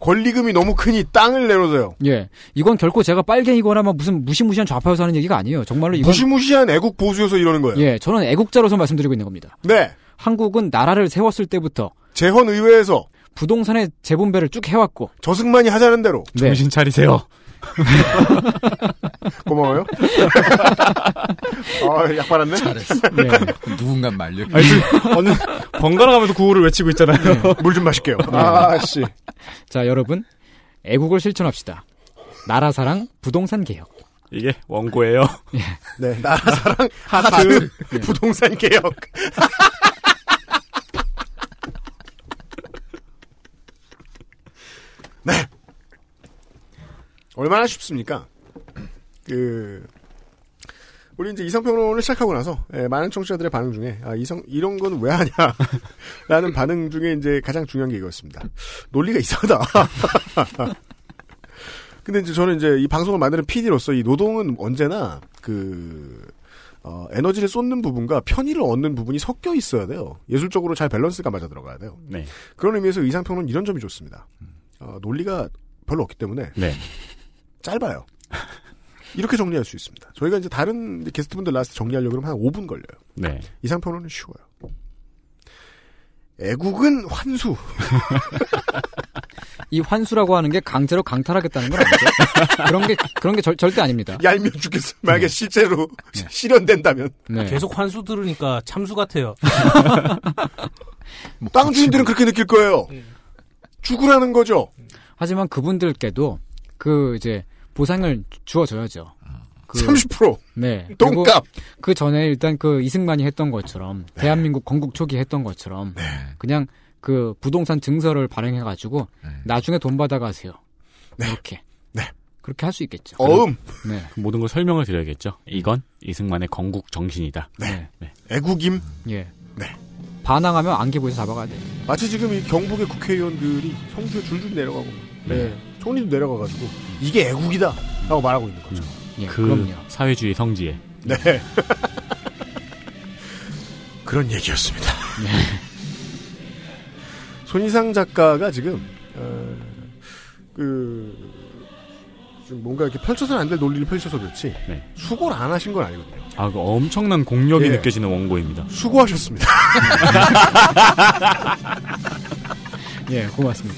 권리금이 너무 크니 땅을 내놓으세요.
예. 이건 결코 제가 빨갱이거나 막 무슨 무시무시한 좌파여서 하는 얘기가 아니에요. 정말로 이건
무시무시한 애국 보수여서 이러는 거예요.
예. 저는 애국자로서 말씀드리고 있는 겁니다.
네.
한국은 나라를 세웠을 때부터
재헌 의회에서
부동산의 재분배를 쭉 해왔고 네.
저승만이 하자는 대로
정신 차리세요.
고마워요. 아, 약 받았네. 잘했어.
누군가 말려.
아니, 지금 어느 번갈아가면서 구호를 외치고 있잖아요.
물 좀 마실게요. 아, 씨.
자, 여러분. 애국을 실천합시다. 나라 사랑, 부동산 개혁.
이게 원고예요.
네, 나라사랑 하트 예. 부동산 개혁. 네. 얼마나 쉽습니까? 그 우리 이제 이성평론을 시작하고 나서 예, 많은 청취자들의 반응 중에 아, 이성 이런 건 왜 하냐라는 반응 중에 이제 가장 중요한 게 이거였습니다. 논리가 이상하다. 근데 이제 저는 이제 이 방송을 만드는 PD로서 이 노동은 언제나 그 어, 에너지를 쏟는 부분과 편의를 얻는 부분이 섞여 있어야 돼요. 예술적으로 잘 밸런스가 맞아 들어가야 돼요.
네.
그런 의미에서 이상평론 이런 점이 좋습니다. 어, 논리가 별로 없기 때문에
네.
짧아요. 이렇게 정리할 수 있습니다. 저희가 이제 다른 이제 게스트분들 나와서 정리하려고 그러면 한 5분 걸려요.
네.
이상평론은 쉬워요. 애국은 환수.
이 환수라고 하는 게 강제로 강탈하겠다는 건 아니죠. 그런 게 그런 게 절, 절대 아닙니다.
얄미워 죽겠어. 만약에 실제로 실현된다면.
네.
계속 환수 들으니까 참수 같아요.
그렇죠.
땅 주인들은 그렇게 느낄 거예요. 죽으라는 거죠.
하지만 그분들께도 그 이제 보상을 주어줘야죠. 그-
30%.
네. 그리고
똥값.
그 전에 일단 그 이승만이 했던 것처럼 대한민국 건국 초기 했던 것처럼 그냥 그 부동산 증서를 발행해 가지고 나중에 돈 받아 가세요. 이렇게. 그렇게 할 수 있겠죠. 네.
그 모든 걸 설명을 드려야겠죠. 이건 이승만의 건국 정신이다.
네. 애국임.
예.
네.
반항하면 안기부에서 잡아가야 돼.
마치 지금 이 경북의 국회의원들이 성주에 줄줄 내려가고
네.
네. 총리도 내려가가지고 이게 애국이다 라고 말하고 있는 거죠.
음. 예,
그 사회주의 성지에.
네. 그런 얘기였습니다.
네.
손희상 작가가 지금 어, 그 지금 뭔가 이렇게 펼쳐서는 안 될 논리를 펼쳐서 그렇지
네.
수고를 안 하신 건 아니거든요.
아, 그 엄청난 공력이
예.
느껴지는 원고입니다.
수고하셨습니다.
예, 고맙습니다.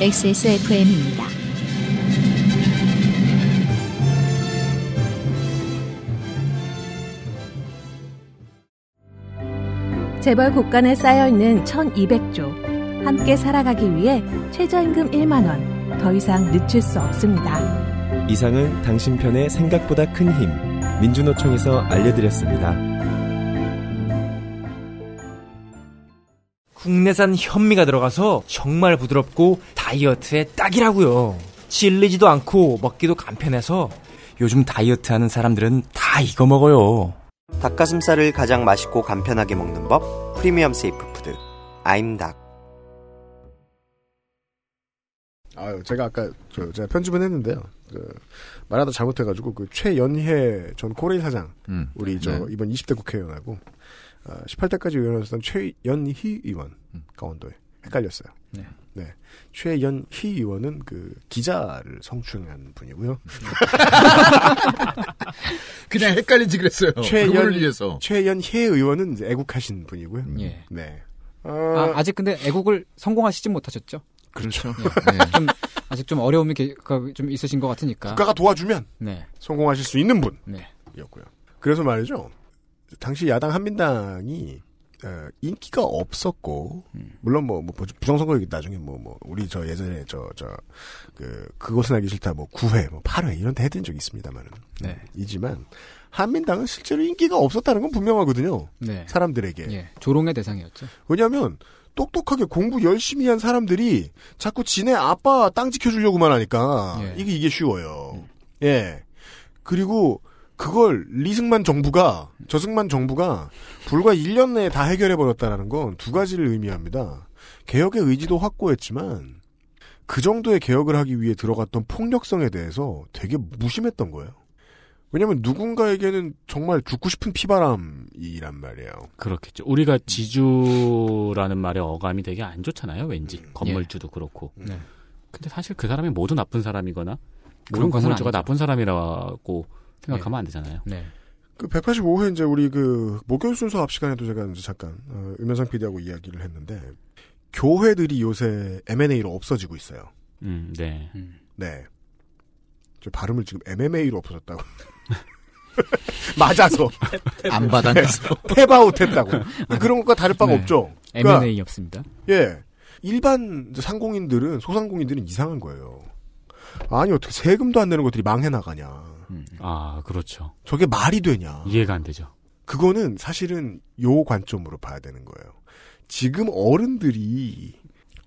XSFM입니다.
재벌 곳간에 쌓여있는 1200조. 함께 살아가기 위해 최저임금 1만원. 더 이상 늦출 수 없습니다.
이상은 당신 편의 생각보다 큰 힘. 민주노총에서 알려드렸습니다.
국내산 현미가 들어가서 정말 부드럽고 다이어트에 딱이라고요. 질리지도 않고 먹기도 간편해서 요즘 다이어트하는 사람들은 다 이거 먹어요.
닭가슴살을 가장 맛있고 간편하게 먹는 법 프리미엄 세이프 푸드 아임닭
아유, 제가 아까 저 제가 편집은 했는데요. 그 말하다 잘못해가지고 그 최연혜 전 코레일 사장
음.
우리 저
네.
이번 20대 국회의원하고 어, 18대까지 의원하셨던 최연희 의원 가운데 헷갈렸어요.
네.
최연희 의원은 그 기자를 성추행한 분이고요.
그냥 헷갈린지 그랬어요. 그거를 위해서.
최연희 의원은 이제 애국하신 분이고요.
예.
네.
아, 아직 근데 애국을 성공하시진 못하셨죠?
그렇죠.
네.
좀 아직 좀 어려움이 게- 가- 좀 있으신 것 같으니까.
국가가 도와주면
네.
성공하실 수 있는 분.
네.
이었고요. 그래서 말이죠. 당시 야당 한민당이 어, 인기가 없었고
음.
물론 뭐, 뭐 부정선거 얘기 나중에 뭐 뭐 우리 저 예전에 저 저 그 그것은 알기 싫다 뭐 9회 뭐 8회 이런 데 해드린 적이 있습니다만은
네.
이지만 한민당은 실제로 인기가 없었다는 건 분명하거든요.
네.
사람들에게
예. 조롱의 대상이었죠.
왜냐하면 똑똑하게 공부 열심히 한 사람들이 자꾸 지네 아빠 땅 지켜주려고만 하니까 이게 이게 쉬워요. 예. 그리고 그걸 리승만 정부가 저승만 정부가 불과 1년 내에 다 해결해 버렸다라는 건 두 가지를 의미합니다. 개혁의 의지도 확고했지만 그 정도의 개혁을 하기 위해 들어갔던 폭력성에 대해서 되게 무심했던 거예요. 왜냐하면 누군가에게는 정말 죽고 싶은 피바람이란 말이에요.
그렇겠죠. 우리가 지주라는 말의 어감이 되게 안 좋잖아요. 왠지 건물주도 그렇고.
네.
근데 사실 그 사람이 모두 나쁜 사람이거나
그런
모든
것은
건물주가
아니죠.
나쁜 사람이라고 생각하면 안 되잖아요.
네.
그 185회 이제 우리 그 목요일 순서 앞 시간에도 제가 이제 잠깐 어, 음현상 PD하고 이야기를 했는데 교회들이 요새 M&A로 없어지고 있어요.
음, 네.
네. 저 발음을 지금 MMA로 없어졌다고. 맞아서
안 받아내서.
탭아웃 했다고. 근데 그런 것과 다를 바가
네.
없죠.
M&A 없습니다.
예. 일반 이제 상공인들은 소상공인들은 이상한 거예요. 아니 어떻게 세금도 안 내는 것들이 망해 나가냐.
아, 그렇죠.
저게 말이 되냐.
이해가 안 되죠.
그거는 사실은 요 관점으로 봐야 되는 거예요. 지금 어른들이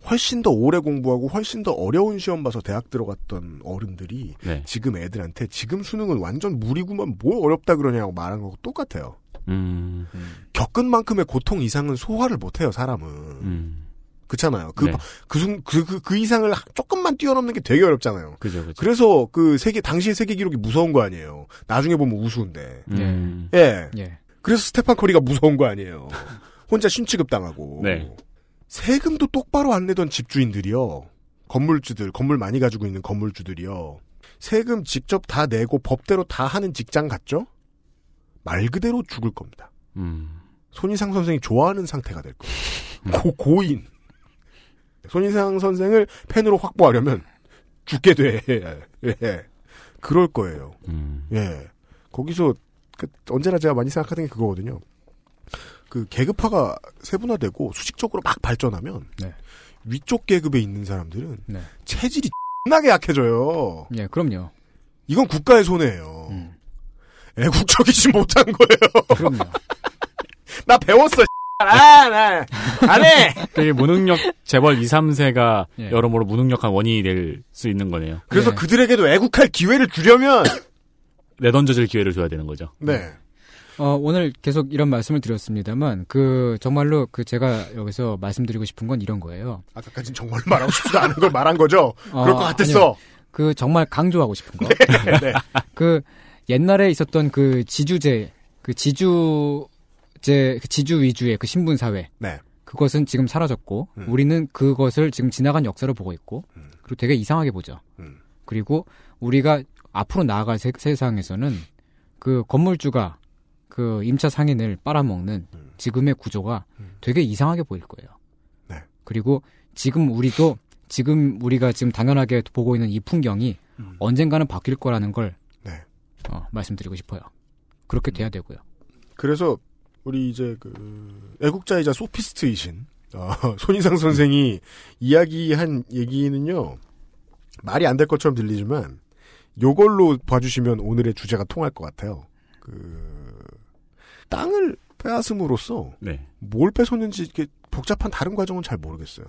훨씬 더 오래 공부하고 훨씬 더 어려운 시험 봐서 대학 들어갔던 어른들이
네.
지금 애들한테 지금 수능은 완전 무리구만 뭘 어렵다 그러냐고 말한 거하고 똑같아요.
음.
겪은 만큼의 고통 이상은 소화를 못해요 사람은.
음.
그렇잖아요. 그,
음. 네.
그, 순- 그, 그, 그 이상을 조금만 뛰어넘는 게 되게 어렵잖아요.
그죠, 그죠.
그래서 그 세계, 당시의 세계 기록이 무서운 거 아니에요. 나중에 보면 우스운데.
음.
예.
예.
그래서 스테판 커리가 무서운 거 아니에요. 혼자 신취급 당하고.
네.
세금도 똑바로 안 내던 집주인들이요. 건물주들, 건물 많이 가지고 있는 건물주들이요. 세금 직접 다 내고 법대로 다 하는 직장 같죠? 말 그대로 죽을 겁니다.
음.
손희상 선생이 좋아하는 상태가 될 거예요. 고, 고인. 손희상 선생을 팬으로 확보하려면 죽게 돼. 예. 그럴 거예요.
음.
예. 거기서 그 언제나 제가 많이 생각하던 게 그거거든요. 그 계급화가 세분화되고 수직적으로 막 발전하면
네.
위쪽 계급에 있는 사람들은
네.
체질이 나게 약해져요.
예, 그럼요.
이건 국가의 손해예요.
음.
애국적이지 못한 거예요.
그럼요.
나 배웠어. 아, 나.
네.
안 해!
되게 무능력, 재벌 2, 3세가
예.
여러모로 무능력한 원인이 될 수 있는 거네요.
그래서 그들에게도 애국할 기회를 주려면
내던져질 기회를 줘야 되는 거죠.
네.
어, 오늘 계속 이런 말씀을 드렸습니다만, 그, 정말로 그 제가 여기서 말씀드리고 싶은 건 이런 거예요.
아까까진 정말 말하고 싶지도 않은 걸 말한 거죠. 그럴 것 같았어.
아니요. 그 정말 강조하고 싶은 거.
네.
그 옛날에 있었던 그 지주제, 그 지주제, 그 지주 위주의 그 신분 사회.
네. 음.
그것은 지금 사라졌고 우리는 그것을 지금 지나간 역사를 보고 있고 그리고 되게 이상하게 보죠.
음.
그리고 우리가 앞으로 나아갈 세, 상에서는그 건물주가 그 임차 상인을 빨아먹는
음.
지금의 구조가 되게 이상하게 보일 거예요.
네.
그리고 지금 우리도 지금 우리가 지금 당연하게 보고 있는 이 풍경이
음.
언젠가는 바뀔 거라는 걸
네.
어, 말씀드리고 싶어요. 그렇게 돼야 되고요.
음. 그래서 우리 이제 그 애국자이자 소피스트이신 어, 손희상 선생이 이야기한 얘기는요 말이 안 될 것처럼 들리지만 요걸로 봐주시면 오늘의 주제가 통할 것 같아요. 그 땅을 빼앗음으로써 뭘 뺏었는지 이렇게 복잡한 다른 과정은 잘 모르겠어요.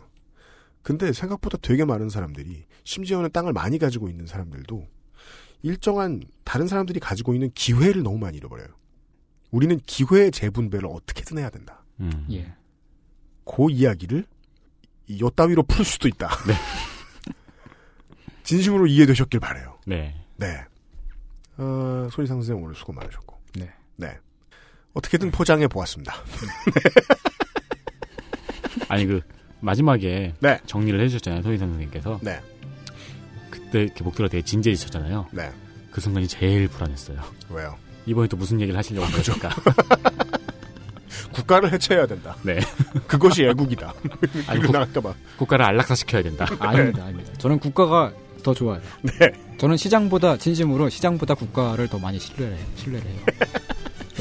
근데 생각보다 되게 많은 사람들이 심지어는 땅을 많이 가지고 있는 사람들도 일정한 다른 사람들이 가지고 있는 기회를 너무 많이 잃어버려요. 우리는 기회의 재분배를 어떻게든 해야 된다.
음.
예.
그 이야기를 이 요따위로 풀 수도 있다. 진심으로 이해되셨길 바래요.
네.
네. 어, 손희상 선생님 오늘 수고 많으셨고.
네.
네. 어떻게든 포장해 보았습니다.
아니 그 마지막에
네.
정리를 해주셨잖아요 소희선 선생님께서
네.
그때 이렇게 목소리가 되게 진지해지셨잖아요
네.
그 순간이 제일 불안했어요
왜요?
이번에 또 무슨 얘기를 하시려고 그러실까
국가를 해체해야 된다. 네. 그것이 애국이다.
아니, 뭐,
그리고
국-
나갈까봐.
국가를 안락사시켜야 된다.
네.
아닙니다, 아닙니다. 저는 국가가 더 좋아요. 저는 시장보다 진심으로 시장보다 국가를 더 많이 신뢰해, 신뢰를 해요.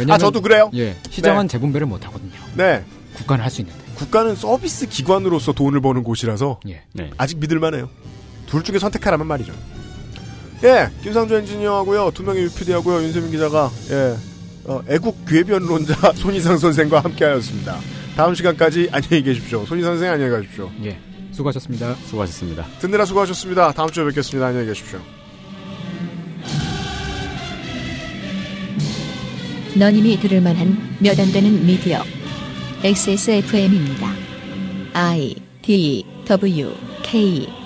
아, 저도 그래요.
예, 시장은
네.
재분배를 못 하거든요.
네.
국가는 할 수 있는데.
국가는 서비스 기관으로서 돈을 버는 곳이라서
네.
아직 믿을만해요. 둘 중에 선택하라면 말이죠. 예, 김상조 엔지니어하고요, 두 명의 UPD하고요, 윤세민 기자가 예, 어, 애국 괴변론자 손희상 선생과 함께하였습니다. 다음 시간까지 안녕히 계십시오. 손희상 선생 안녕히 가십시오.
예, 수고하셨습니다.
수고하셨습니다.
듣느라 수고하셨습니다. 다음 주에 뵙겠습니다. 안녕히 계십시오.
넌 이미 들을 만한 몇 안 되는 미디어. XSFM입니다. I D W K